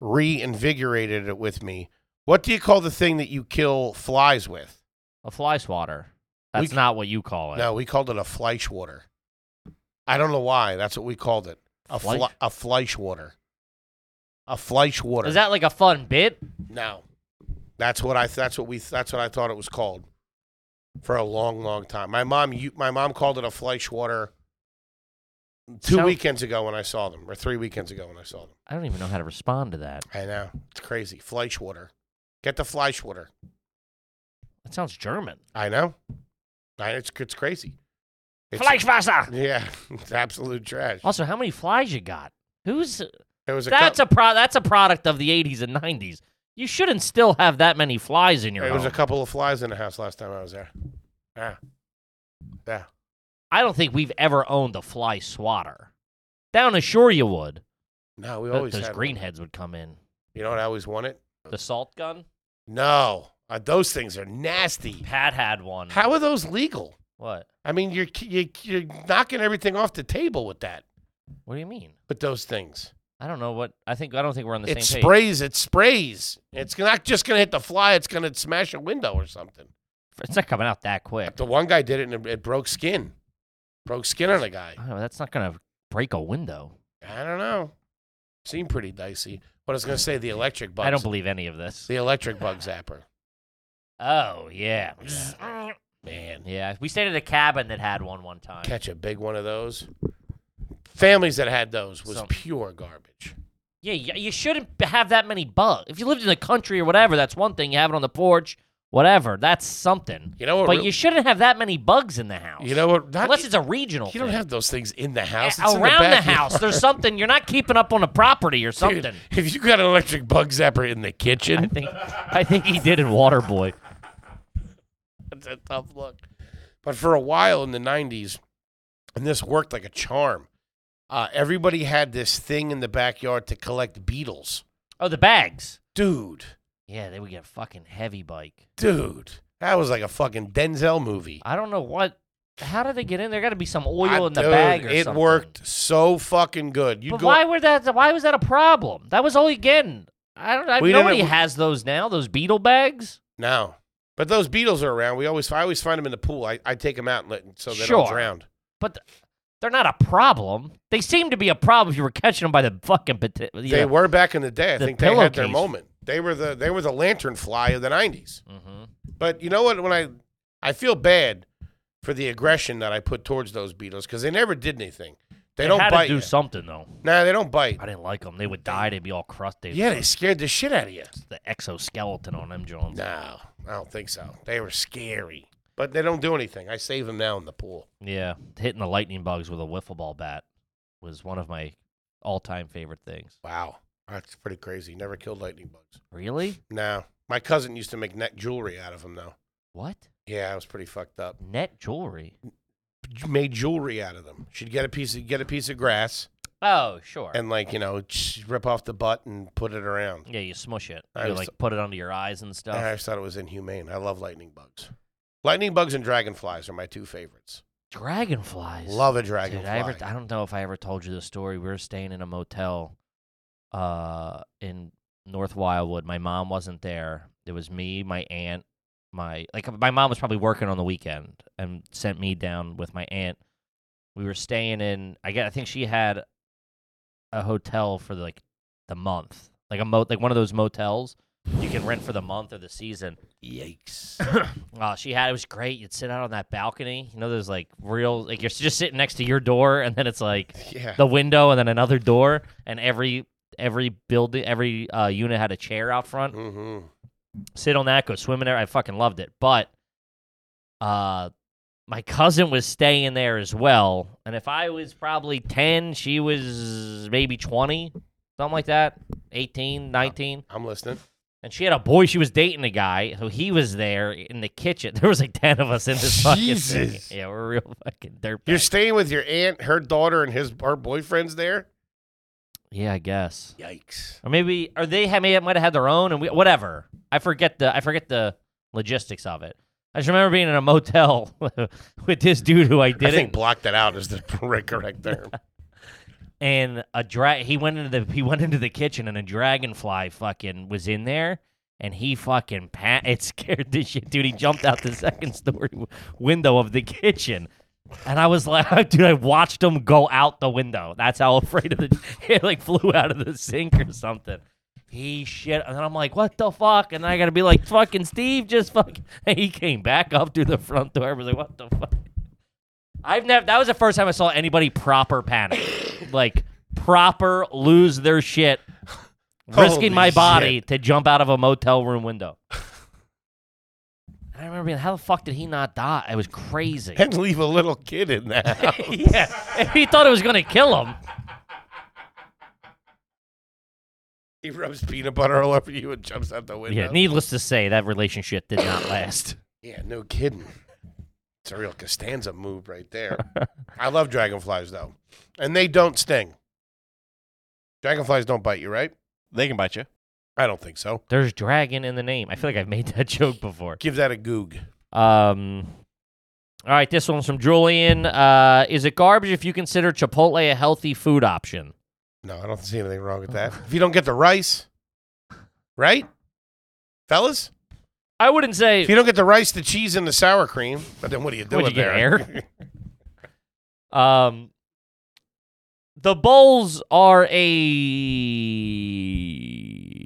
Speaker 1: reinvigorated it with me. What do you call the thing that you kill flies with?
Speaker 2: a fly swatter.
Speaker 1: We
Speaker 2: That's
Speaker 1: c-
Speaker 2: not what you call it.
Speaker 1: No, we called it a fleischwater. I don't know why. That's what we called it. A
Speaker 2: Fleisch?
Speaker 1: fle- a fleischwater. A fleischwater.
Speaker 2: Is that like a fun bit?
Speaker 1: no? That's what I. That's what we. That's what I thought it was called for a long, long time. My mom. You, my mom called it a fleischwater. Two
Speaker 2: Sound-
Speaker 1: weekends ago when I saw them, or three weekends ago when I saw them.
Speaker 2: I don't even know how to respond to that.
Speaker 1: I know it's crazy. Fleischwater. Get the fleischwater.
Speaker 2: That sounds German.
Speaker 1: I know. I, it's it's crazy. It's,
Speaker 2: Fleischwasser.
Speaker 1: Yeah, it's absolute trash.
Speaker 2: Also, how many flies you got? Who's
Speaker 1: It was a cou-
Speaker 2: Oh, that's a pro? That's a product of the '80s and '90s. You shouldn't still have that many flies in your
Speaker 1: There
Speaker 2: home.
Speaker 1: was a couple of flies in the house last time I was there. Yeah. Yeah.
Speaker 2: I don't think we've ever owned a fly swatter. Down ashore, you would.
Speaker 1: No, we
Speaker 2: Th-
Speaker 1: always
Speaker 2: those
Speaker 1: had one.
Speaker 2: greenheads would come in.
Speaker 1: You know what I always wanted?
Speaker 2: The salt gun.
Speaker 1: No. Uh, those things are nasty.
Speaker 2: Pat had one.
Speaker 1: How are those legal?
Speaker 2: what?
Speaker 1: I mean, you're you, you're knocking everything off the table with that.
Speaker 2: What do you mean?
Speaker 1: With those things,
Speaker 2: I don't know what. I think I don't think we're on the
Speaker 1: it
Speaker 2: same Mm.
Speaker 1: sprays. It sprays. It's not just gonna hit the fly. It's gonna smash a window or something.
Speaker 2: page. It's not coming out that quick.
Speaker 1: The one guy did it, and it, it broke skin. Broke skin on a guy.
Speaker 2: I don't know, that's not going to break a window.
Speaker 1: I don't know. Seemed pretty dicey. But I was gonna say the electric bug.
Speaker 2: I don't believe any of this.
Speaker 1: the electric bug zapper.
Speaker 2: Oh, yeah.
Speaker 1: Man,
Speaker 2: Yeah. We stayed at a cabin that had one one time.
Speaker 1: catch a big one of those. Families that had those was
Speaker 2: Some-
Speaker 1: pure garbage.
Speaker 2: Yeah, y- you shouldn't b- have that many bugs. If you lived in the country or whatever, that's one thing. You have it on the porch, whatever. That's something.
Speaker 1: You know what?
Speaker 2: But
Speaker 1: real-
Speaker 2: you shouldn't have that many bugs in the house.
Speaker 1: you know what? not- e-
Speaker 2: unless it's a regional
Speaker 1: you don't
Speaker 2: thing.
Speaker 1: have those things in the
Speaker 2: A-
Speaker 1: house. It's in
Speaker 2: Around the,
Speaker 1: backyard.
Speaker 2: house, there's something you're not keeping up on the property or
Speaker 1: Dude,
Speaker 2: something.
Speaker 1: if you got an electric bug zapper in the
Speaker 2: I
Speaker 1: kitchen,
Speaker 2: think I think he did in Waterboy.
Speaker 1: it's a tough look. But for a while in the '90s, and this worked like a charm. Uh, everybody had this thing in the backyard to collect beetles.
Speaker 2: Oh, the bags.
Speaker 1: Dude,
Speaker 2: Yeah, they would get a fucking heavy bike.
Speaker 1: dude, that was like a fucking Denzel movie.
Speaker 2: I don't know what. How did they get in? There got to be some oil
Speaker 1: I-
Speaker 2: in the
Speaker 1: dude,
Speaker 2: bag or
Speaker 1: it
Speaker 2: something.
Speaker 1: worked so fucking good. You'd
Speaker 2: But
Speaker 1: go,
Speaker 2: why were that? Why was that a problem? That was all again. I don't. I,
Speaker 1: We didn't-
Speaker 2: nobody has those now. Those beetle bags.
Speaker 1: No. But those beetles are around. We always, I always find them in the pool. I, I take them out and let, so they don't
Speaker 2: Sure.
Speaker 1: drown.
Speaker 2: But th- they're not a problem. They seem to be a problem if you were catching them by the fucking pota-
Speaker 1: They
Speaker 2: yeah.
Speaker 1: were back in the day. I
Speaker 2: The
Speaker 1: think they had their
Speaker 2: pillowcase.
Speaker 1: moment. They were the they were the lantern fly of the '90s.
Speaker 2: hmm
Speaker 1: But you know what? When I I feel bad for the aggression that I put towards those beetles because they never did anything. They, don't
Speaker 2: had
Speaker 1: bite.
Speaker 2: to do
Speaker 1: you.
Speaker 2: something though.
Speaker 1: nah, they don't bite.
Speaker 2: I didn't like them. They would die. They'd be all crusty.
Speaker 1: Yeah, they scared the shit out of you.
Speaker 2: the exoskeleton on them Jones.
Speaker 1: No, I don't think so. They were scary, but they don't do anything. I save them now in the pool.
Speaker 2: Yeah, hitting the lightning bugs with a wiffle ball bat was one of my all-time favorite things.
Speaker 1: Wow, that's pretty crazy. Never killed lightning bugs.
Speaker 2: Really?
Speaker 1: No, my cousin used to make net jewelry out of them though.
Speaker 2: What?
Speaker 1: Yeah, I was pretty fucked up.
Speaker 2: Net jewelry?
Speaker 1: Made jewelry out of them. She'd get a piece of get a piece of grass
Speaker 2: Oh, sure.
Speaker 1: and like you know just rip off the butt and put it around.
Speaker 2: yeah, you smush it.
Speaker 1: I
Speaker 2: You
Speaker 1: was-
Speaker 2: like put it under your eyes and stuff.
Speaker 1: I just thought it was inhumane. I love lightning bugs. Lightning bugs and dragonflies are my two favorites.
Speaker 2: Dragonflies.
Speaker 1: Love a
Speaker 2: Dude,
Speaker 1: dragonfly.
Speaker 2: I, ever, I don't know if I ever told you the story. We were staying in a motel uh, in North Wildwood. My mom wasn't there. It was me, my aunt, my like uh, my mom was probably working on the weekend and sent me down with my aunt. We were staying in. I guess I think she had a hotel for like the month, like a mo like one of those motels you can rent for the month or the season.
Speaker 1: Yikes.
Speaker 2: Oh, she had it was great. You'd sit out on that balcony. You know, there's like real like you're just sitting next to your door, and then it's like
Speaker 1: Yeah.
Speaker 2: the window, and then another door, and every every building, every uh, unit had a chair out front.
Speaker 1: mm-hmm.
Speaker 2: Sit on that, go swimming there. I fucking loved it. But uh, my cousin was staying there as well, and if I was probably ten, she was maybe twenty, something like that, 18, 19
Speaker 1: I'm listening.
Speaker 2: and she had a boy. She was dating a guy, so he was there in the kitchen. There was like ten of us in this fucking thing.
Speaker 1: Jesus.
Speaker 2: Yeah, we're real fucking dirt.
Speaker 1: You're staying with your aunt, her daughter, and his her boyfriend's there.
Speaker 2: yeah, I guess.
Speaker 1: Yikes.
Speaker 2: Or maybe, or they had maybe might have had their own, and we whatever. I forget the I forget the logistics of it. I just remember being in a motel with this dude who I
Speaker 1: I think
Speaker 2: didn't,
Speaker 1: block that out is the correct term.
Speaker 2: and a drag. He went into the he went into the kitchen, and a dragonfly fucking was in there. And he fucking pa- it scared the shit, dude. He jumped out the second story w- window of the kitchen, and I was like, dude, I watched him go out the window. That's how afraid of the it like flew out of the sink or something. He shit, and then I'm like, what the fuck? And I gotta be like, fucking Steve, just fucking. And he came back up through the front door. I was like, what the fuck? I've never. That was the first time I saw anybody proper panic, like proper lose their shit,
Speaker 1: Holy
Speaker 2: risking my body to jump out of a motel room window. And I remember being, how the fuck did he not die? It was crazy.
Speaker 1: and leave a little kid in that.
Speaker 2: yeah, he thought it was gonna kill him.
Speaker 1: he rubs peanut butter all over you and jumps out the window.
Speaker 2: Yeah, needless to say, that relationship did not last.
Speaker 1: Yeah, no kidding. It's a real Costanza move right there. I love dragonflies though, and they don't sting. Dragonflies don't bite you, right?
Speaker 4: They can bite you.
Speaker 1: I don't think so.
Speaker 2: There's dragon in the name. I feel like I've made that joke before.
Speaker 1: Give that a goog.
Speaker 2: Um, all right, this one's from Julian. Uh, is it garbage if you consider Chipotle a healthy food option?
Speaker 1: No, I don't see anything wrong with that. If you don't get the rice, right, fellas?
Speaker 2: I wouldn't
Speaker 1: If you
Speaker 2: say.
Speaker 1: don't get the rice, the cheese, and the sour cream, but then what are you doing
Speaker 2: What'd you get,
Speaker 1: there?
Speaker 2: Um, the bowls are a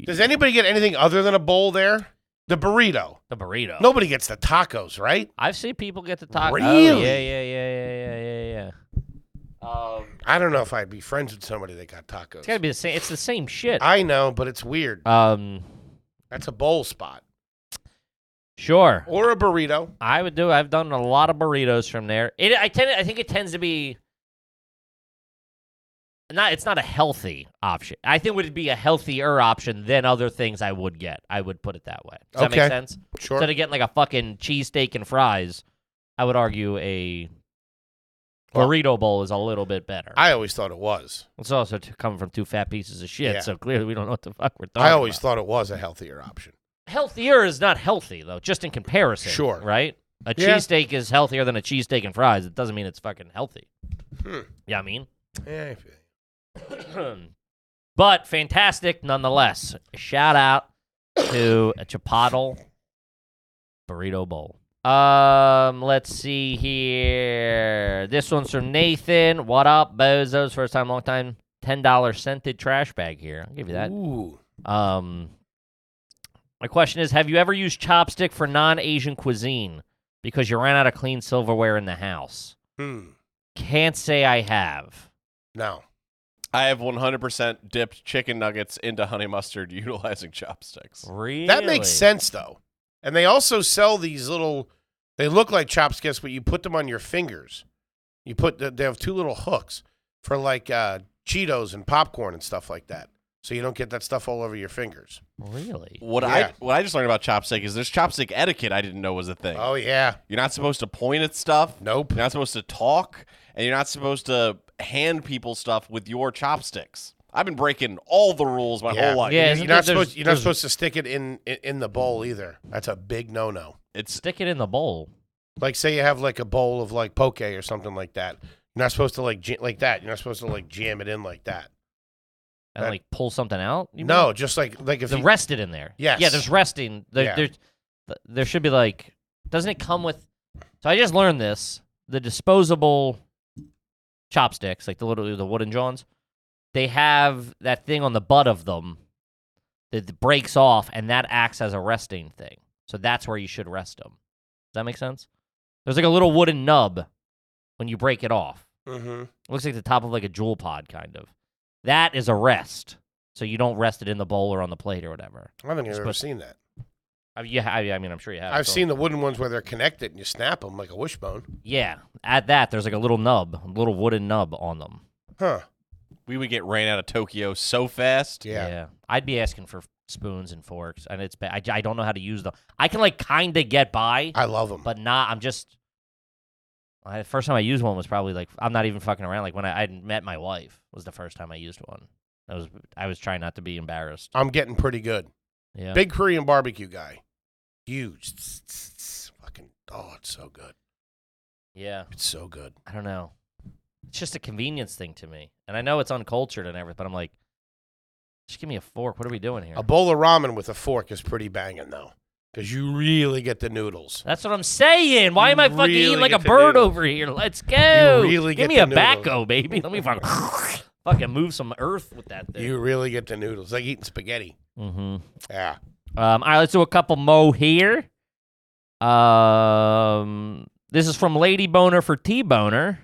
Speaker 1: Does anybody get anything other than a bowl there? The burrito.
Speaker 2: the burrito.
Speaker 1: Nobody gets the tacos, right?
Speaker 2: I've seen people get the taco. Oh,
Speaker 1: Really?
Speaker 2: yeah, yeah, yeah, yeah, yeah, yeah, yeah. Um,
Speaker 1: I don't know if I'd be friends with somebody that got
Speaker 2: it's gotta
Speaker 1: tacos.
Speaker 2: be the same. It's the same shit.
Speaker 1: I know, but it's weird.
Speaker 2: Um,
Speaker 1: That's a bowl spot
Speaker 2: sure.
Speaker 1: or a burrito.
Speaker 2: I would do. I've done a lot of burritos from there. It, I tend, I think it tends to be not. It's not a healthy option. I think it would be a healthier option than other things I would get. I would put it that way. Does that
Speaker 1: Okay.
Speaker 2: make sense?
Speaker 1: Sure.
Speaker 2: Instead of getting like a fucking cheesesteak and fries, I would argue a
Speaker 1: Well-
Speaker 2: burrito bowl is a little bit better.
Speaker 1: I always thought it was.
Speaker 2: it's also t- coming from two fat pieces of shit,
Speaker 1: Yeah.
Speaker 2: so clearly we don't know what the fuck we're talking.
Speaker 1: I always
Speaker 2: about.
Speaker 1: thought it was a healthier option.
Speaker 2: healthier is not healthy though, just in comparison.
Speaker 1: Sure.
Speaker 2: Right? A
Speaker 1: Yeah.
Speaker 2: cheesesteak is healthier than a cheesesteak and fries. It doesn't mean it's fucking healthy.
Speaker 1: Hmm.
Speaker 2: Yeah, I mean.
Speaker 1: Yeah.
Speaker 2: but fantastic nonetheless. Shout out to a Chipotle Burrito Bowl. Um, let's see here. This one's from Nathan. What up, bozos? First time, long time. Ten dollar scented trash bag here. I'll give you that.
Speaker 1: Ooh.
Speaker 2: Um, my question is: Have you ever used chopstick for non-Asian cuisine because you ran out of clean silverware in the house?
Speaker 1: Hmm.
Speaker 2: Can't say I have.
Speaker 1: No.
Speaker 4: I have 100% dipped chicken nuggets into honey mustard utilizing chopsticks.
Speaker 2: Really?
Speaker 1: That makes sense though. And they also sell these little. They look like chopsticks, but you put them on your fingers. You put the, they have two little hooks for like uh, Cheetos and popcorn and stuff like that, so you don't get that stuff all over your fingers.
Speaker 2: Really?
Speaker 4: What
Speaker 1: Yeah.
Speaker 4: I what I just learned about chopstick is there's chopstick etiquette I didn't know was a thing.
Speaker 1: Oh yeah,
Speaker 4: You're not supposed to point at stuff.
Speaker 1: nope.
Speaker 4: You're not supposed to talk, and you're not supposed to hand people stuff with your chopsticks. I've been breaking all the rules my
Speaker 1: Yeah.
Speaker 4: whole life.
Speaker 2: Yeah.
Speaker 1: you're
Speaker 2: isn't
Speaker 1: not
Speaker 2: there-
Speaker 1: supposed.
Speaker 2: there's-
Speaker 1: You're not
Speaker 2: there's-
Speaker 1: supposed to stick it in, in in the bowl either. That's a big no no.
Speaker 4: It's
Speaker 2: Stick it in the bowl.
Speaker 1: Like say you have like a bowl of like poke or something like that. You're not supposed to like ja- like that. You're not supposed to like jam it in like that.
Speaker 2: and
Speaker 1: That-
Speaker 2: like pull something out. you
Speaker 1: no,
Speaker 2: mean?
Speaker 1: just like like if
Speaker 2: the
Speaker 1: you,
Speaker 2: rest it in there.
Speaker 1: Yes.
Speaker 2: yeah, there's resting. There,
Speaker 1: Yeah.
Speaker 2: there's- th- there should be like, doesn't it come with? So I just learned this: the disposable chopsticks, like the little the wooden Johns, they have that thing on the butt of them that breaks off, and that acts as a resting thing. So that's where you should rest them. Does that make sense? There's like a little wooden nub when you break it off.
Speaker 1: Mhm.
Speaker 2: Looks like the top of like a jewel pod, kind of. That is a rest. So you don't rest it in the bowl or on the plate or whatever.
Speaker 1: I don't think I've ever
Speaker 2: supposed-
Speaker 1: seen that.
Speaker 2: I mean, yeah, I I mean, I'm sure you have.
Speaker 1: I've
Speaker 2: so-
Speaker 1: seen the wooden ones where they're connected and you snap them like a wishbone.
Speaker 2: Yeah, at that there's like a little nub, a little wooden nub on them.
Speaker 1: Huh.
Speaker 4: we would get ran out of Tokyo so fast.
Speaker 1: Yeah.
Speaker 2: I'd be asking for spoons and forks, and it's bad. I, I don't know how to use them. I can like kind of get by,
Speaker 1: I love them.
Speaker 2: but not. I'm just. I, the first time I used one was probably like I'm not even fucking around. Like when I, I met my wife was the first time I used one. I was I was trying not to be embarrassed.
Speaker 1: I'm getting pretty good.
Speaker 2: Yeah.
Speaker 1: Big Korean barbecue guy. Huge. Tss, tss, tss. Fucking oh, it's so good.
Speaker 2: Yeah.
Speaker 1: It's so good.
Speaker 2: I don't know. It's just a convenience thing to me. And I know it's uncultured and everything, but I'm like, just give me a fork. What are we doing here?
Speaker 1: A bowl of ramen with a fork is pretty banging though, because you really get the noodles.
Speaker 2: That's what I'm saying. Why am I
Speaker 1: You
Speaker 2: fucking
Speaker 1: really
Speaker 2: eating like a
Speaker 1: get the
Speaker 2: bird
Speaker 1: noodles.
Speaker 2: over here? Let's go.
Speaker 1: really get
Speaker 2: give me
Speaker 1: the
Speaker 2: a
Speaker 1: noodles.
Speaker 2: backo, baby. Let me fucking fucking move some earth with that thing.
Speaker 1: You really get the noodles, like eating spaghetti.
Speaker 2: mm-hmm.
Speaker 1: Yeah.
Speaker 2: Um, all right, let's do a couple mo here. Um, this is from Lady Boner for T Boner.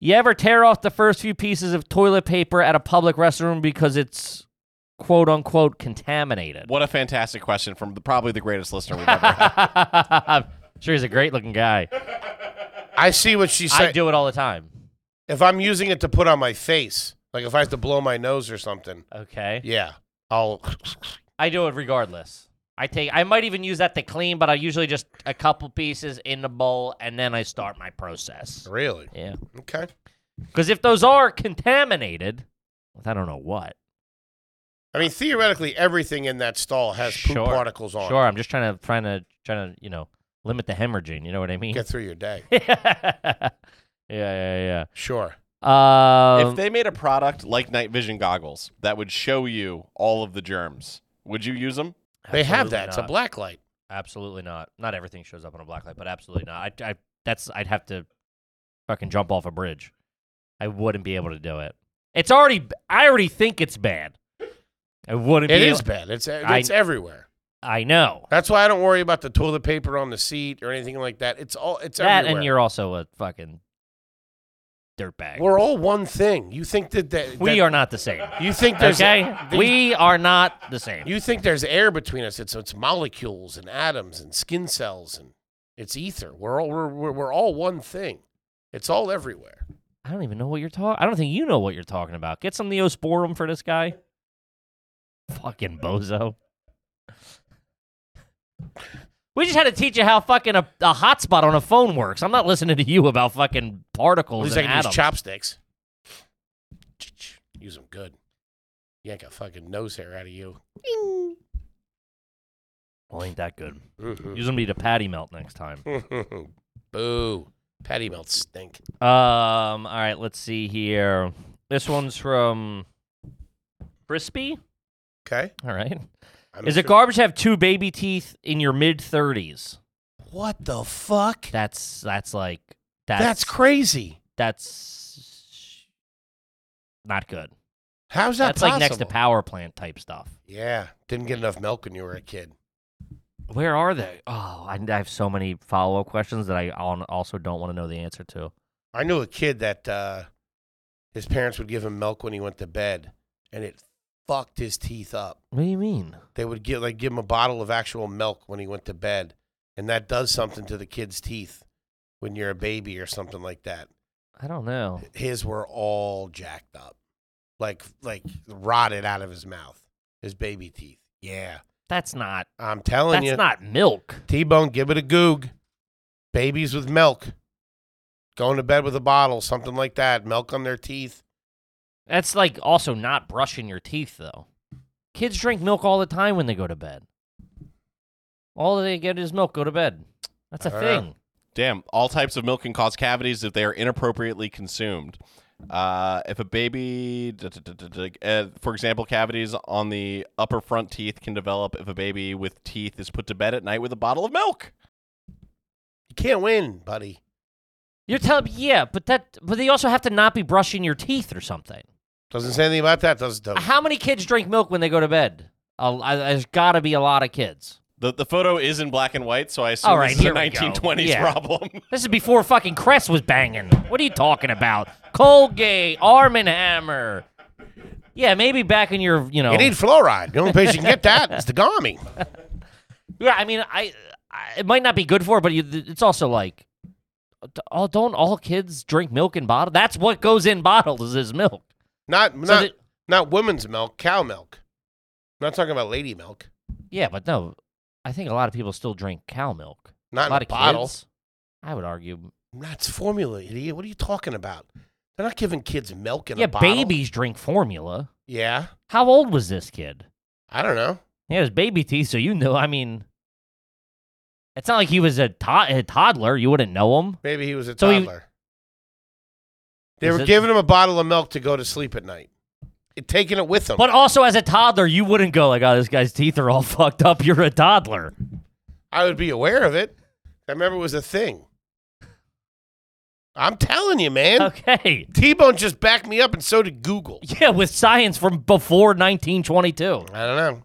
Speaker 2: You ever tear off the first few pieces of toilet paper at a public restroom because it's quote unquote contaminated?
Speaker 4: What a fantastic question from the, probably the greatest listener we've ever had.
Speaker 2: I'm sure he's a great looking guy.
Speaker 1: I see what she's
Speaker 2: I
Speaker 1: saying.
Speaker 2: do it all the time.
Speaker 1: If I'm using it to put on my face, like if I have to blow my nose or something,
Speaker 2: Okay.
Speaker 1: yeah, I'll.
Speaker 2: I do it regardless. I take I might even use that to clean, but I usually just a couple pieces in the bowl and then I start my process.
Speaker 1: Really?
Speaker 2: Yeah.
Speaker 1: Okay.
Speaker 2: Because if those are contaminated, I don't know what.
Speaker 1: I mean, theoretically, everything in that stall has poop
Speaker 2: Sure.
Speaker 1: particles on. it.
Speaker 2: Sure, I'm just trying to trying to trying to, you know, limit the hemorrhaging, you know what I mean?
Speaker 1: Get through your day.
Speaker 2: yeah, yeah,
Speaker 1: Sure.
Speaker 2: yeah. Um,
Speaker 4: if they made a product like night vision goggles that would show you all of the germs, would you use them?
Speaker 1: They have
Speaker 2: absolutely
Speaker 1: that. It's a
Speaker 2: not.
Speaker 1: black light.
Speaker 2: Absolutely not. Not everything shows up on a black light, but absolutely not. I, I that's I'd have to fucking jump off a bridge. I wouldn't be able to do it. It's already. I already think it's bad. I wouldn't.
Speaker 1: It
Speaker 2: be
Speaker 1: is
Speaker 2: able-
Speaker 1: bad. It's uh,
Speaker 2: I-
Speaker 1: it's everywhere.
Speaker 2: I know
Speaker 1: That's why I don't worry about the toilet paper on the seat or anything like that. It's all it's
Speaker 2: that,
Speaker 1: everywhere.
Speaker 2: and you're also a fucking dirtbag.
Speaker 1: We're all one thing. You think that, that
Speaker 2: We
Speaker 1: that-
Speaker 2: are not the same.
Speaker 1: You think there's
Speaker 2: Okay, we are not the same.
Speaker 1: You think there's air between us? It's it's molecules and atoms and skin cells and it's ether. We're all we're we're, we're all one thing. It's all everywhere.
Speaker 2: I don't even know what you're talking. I don't think you know what you're talking about. Get some neosporum for this guy. Fucking bozo. We just had to teach you how fucking a, a hotspot on a phone works. I'm not listening to you about fucking
Speaker 1: At
Speaker 2: particles
Speaker 1: least I
Speaker 2: and
Speaker 1: can use
Speaker 2: atoms.
Speaker 1: chopsticks. Use them good. Yank a fucking nose hair out of you.
Speaker 2: well, ain't that good.
Speaker 1: Mhm.
Speaker 2: Use them to eat a patty melt next time.
Speaker 1: Mm-hmm. Boo. Patty melts stink.
Speaker 2: Um. All right. Let's see here. This one's from Crispy.
Speaker 1: Okay.
Speaker 2: All right.
Speaker 1: I'm
Speaker 2: Is it garbage to have two baby teeth in your mid 30s?
Speaker 1: What the fuck?
Speaker 2: That's that's like
Speaker 1: That's, crazy.
Speaker 2: that's not good.
Speaker 1: How's that
Speaker 2: That's like next to
Speaker 1: possible?
Speaker 2: power plant type stuff.
Speaker 1: Yeah. Didn't get enough milk when you were a kid.
Speaker 2: Where are they? Oh, I, I have so many follow up questions that I al- also don't want to know the answer to.
Speaker 1: I knew a kid that uh, his parents would give him milk when he went to bed, and it fucked his teeth up.
Speaker 2: What do you mean?
Speaker 1: They would give like give him a bottle of actual milk when he went to bed, and that does something to the kid's teeth when you're a baby or something like that.
Speaker 2: I don't know.
Speaker 1: His were all jacked up, like like rotted out of his mouth. His baby teeth. Yeah,
Speaker 2: That's not.
Speaker 1: I'm telling
Speaker 2: That's
Speaker 1: you.
Speaker 2: not milk.
Speaker 1: T Bone, give it a goog. Babies with milk. Going to bed with a bottle, something like that. Milk on their teeth.
Speaker 2: That's like also not brushing your teeth though. Kids drink milk all the time when they go to bed. All they get is milk. Go to bed. That's a
Speaker 1: I don't know.
Speaker 2: thing.
Speaker 4: Damn, all types of milk can cause cavities if they are inappropriately consumed. Uh, if a baby, da- da- da- da- da- uh, for example, cavities on the upper front teeth can develop if a baby with teeth is put to bed at night with a bottle of milk.
Speaker 1: You can't win, buddy.
Speaker 2: You're telling me, yeah, but that, but they also have to not be brushing your teeth or something.
Speaker 1: Doesn't say anything about that, does it?
Speaker 2: How many kids drink milk when they go to bed? A- I- there's got to be a lot of kids.
Speaker 4: The, the photo is in black and white, so I assume
Speaker 2: All right,
Speaker 4: it's a
Speaker 2: here we go.
Speaker 4: 1920s
Speaker 2: Yeah.
Speaker 4: problem.
Speaker 2: This is before fucking Crest was banging. What are you talking about? Colgate, Arm and Hammer. Yeah, maybe back in your, you know,
Speaker 1: You need fluoride. The only place you can get that is the Gami.
Speaker 2: Yeah, I mean, I, I it might not be good for, it, but you, it's also like, d- all don't all kids drink milk in bottle? That's what goes in bottles is milk.
Speaker 1: Not not
Speaker 2: the-
Speaker 1: not women's milk, cow milk. I'm not talking about lady milk.
Speaker 2: Yeah, but no, I think a lot of people still drink cow milk.
Speaker 1: Not
Speaker 2: a
Speaker 1: in
Speaker 2: lot
Speaker 1: a
Speaker 2: of
Speaker 1: bottle.
Speaker 2: kids. I would argue.
Speaker 1: That's formula, idiot. What are you talking about? They're not giving kids milk in
Speaker 2: yeah,
Speaker 1: a bottle.
Speaker 2: babies drink formula.
Speaker 1: Yeah.
Speaker 2: How old was this kid?
Speaker 1: I don't know.
Speaker 2: He has baby teeth, so you know. I mean, it's not like he was a, to- a toddler. You wouldn't know him.
Speaker 1: Maybe he was a
Speaker 2: So he-
Speaker 1: toddler. they
Speaker 2: Is
Speaker 1: were
Speaker 2: it-
Speaker 1: giving him a bottle of milk to go to sleep at night, It- taking it with him.
Speaker 2: But also, as a toddler, you wouldn't go like, "Oh, this guy's teeth are all fucked up." You're a toddler.
Speaker 1: I would be aware of it. I remember it was a thing. I'm telling you, man.
Speaker 2: Okay.
Speaker 1: T Bone just backed me up, and so did Google.
Speaker 2: Yeah, with science from before 1922.
Speaker 1: I don't know.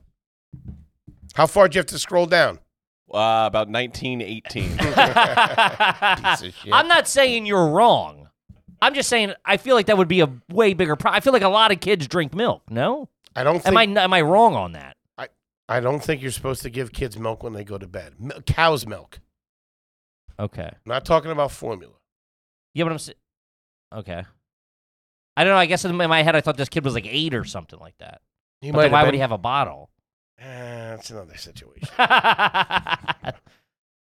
Speaker 1: How far do you have to scroll down?
Speaker 4: Uh, about 1918.
Speaker 1: of shit.
Speaker 2: I'm not saying you're wrong. I'm just saying I feel like that would be a way bigger problem. I feel like a lot of kids drink milk. No,
Speaker 1: I don't think
Speaker 2: am I am I wrong on that?
Speaker 1: I don't think you're supposed to give kids milk when they go to bed. Mil- cow's milk.
Speaker 2: Okay.
Speaker 1: I'm not talking about formula.
Speaker 2: Yeah, but I'm. s- Okay. I don't know. I guess in my head I thought this kid was like eight or something like that.
Speaker 1: He
Speaker 2: But then
Speaker 1: might
Speaker 2: why
Speaker 1: have
Speaker 2: would
Speaker 1: been-
Speaker 2: he have a bottle?
Speaker 1: Eh, that's another situation.
Speaker 2: yeah,
Speaker 1: I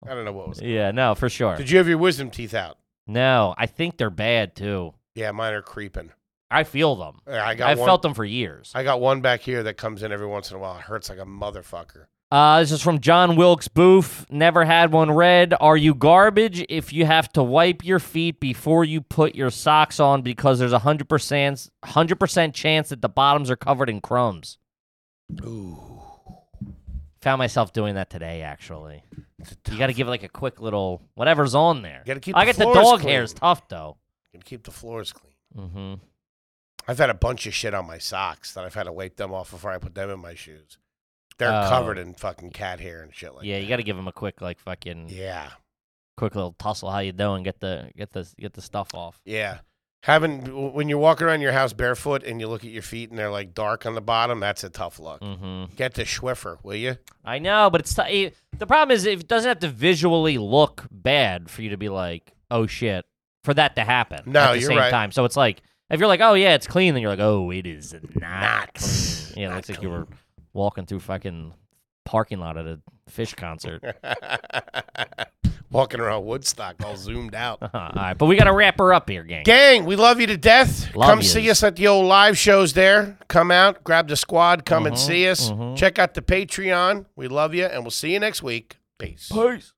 Speaker 1: don't know what was.
Speaker 2: no, for sure.
Speaker 1: Did you have your wisdom teeth out?
Speaker 2: No, I think they're bad too.
Speaker 1: Yeah, mine are creeping.
Speaker 2: I feel them.
Speaker 1: I got
Speaker 2: I've
Speaker 1: one.
Speaker 2: felt them for years.
Speaker 1: I got one back here that comes in every once in a while. It hurts like a motherfucker.
Speaker 2: Uh, this is from John Wilkes Booth. Never had one read. Are you garbage if you have to wipe your feet before you put your socks on because there's a 100%, 100% chance that the bottoms are covered in crumbs?
Speaker 1: Ooh.
Speaker 2: Found myself doing that today, actually. You got to give it like a quick little whatever's on there.
Speaker 1: Gotta keep the
Speaker 2: I get the
Speaker 1: floors
Speaker 2: dog
Speaker 1: clean.
Speaker 2: hairs tough, though.
Speaker 1: Gotta keep the floors clean.
Speaker 2: Mm-hmm.
Speaker 1: I've had a bunch of shit on my socks that I've had to wipe them off before I put them in my shoes. They're
Speaker 2: Oh.
Speaker 1: covered in fucking cat hair and shit like
Speaker 2: yeah,
Speaker 1: that.
Speaker 2: you got to give them a quick, like, fucking,
Speaker 1: Yeah.
Speaker 2: quick little tussle. How you doing? Get the, get the, get the stuff off.
Speaker 1: Yeah. Having when you're walking around your house barefoot and you look at your feet and they're like dark on the bottom, that's a tough look.
Speaker 2: Mm-hmm.
Speaker 1: Get the Schwiffer, will you?
Speaker 2: I know, but it's t- it- the problem is it doesn't have to visually look bad for you to be like, oh shit, for that to happen.
Speaker 1: No,
Speaker 2: at the
Speaker 1: you're
Speaker 2: same
Speaker 1: right.
Speaker 2: time. So it's like if you're like, oh yeah, it's clean, then you're like, oh, it is not. clean. Yeah, it
Speaker 1: Not
Speaker 2: looks like you were walking through fucking parking lot at a fish concert.
Speaker 1: walking around Woodstock all zoomed out.
Speaker 2: all right, but we got to wrap her up here, gang.
Speaker 1: Gang, we love you to death.
Speaker 2: Love
Speaker 1: come
Speaker 2: yous.
Speaker 1: see us at the old live shows there. Come out, grab the squad,
Speaker 2: Mm-hmm,
Speaker 1: come and see us. Check out the Patreon. We love you, and we'll see you next week. Peace.
Speaker 2: Peace.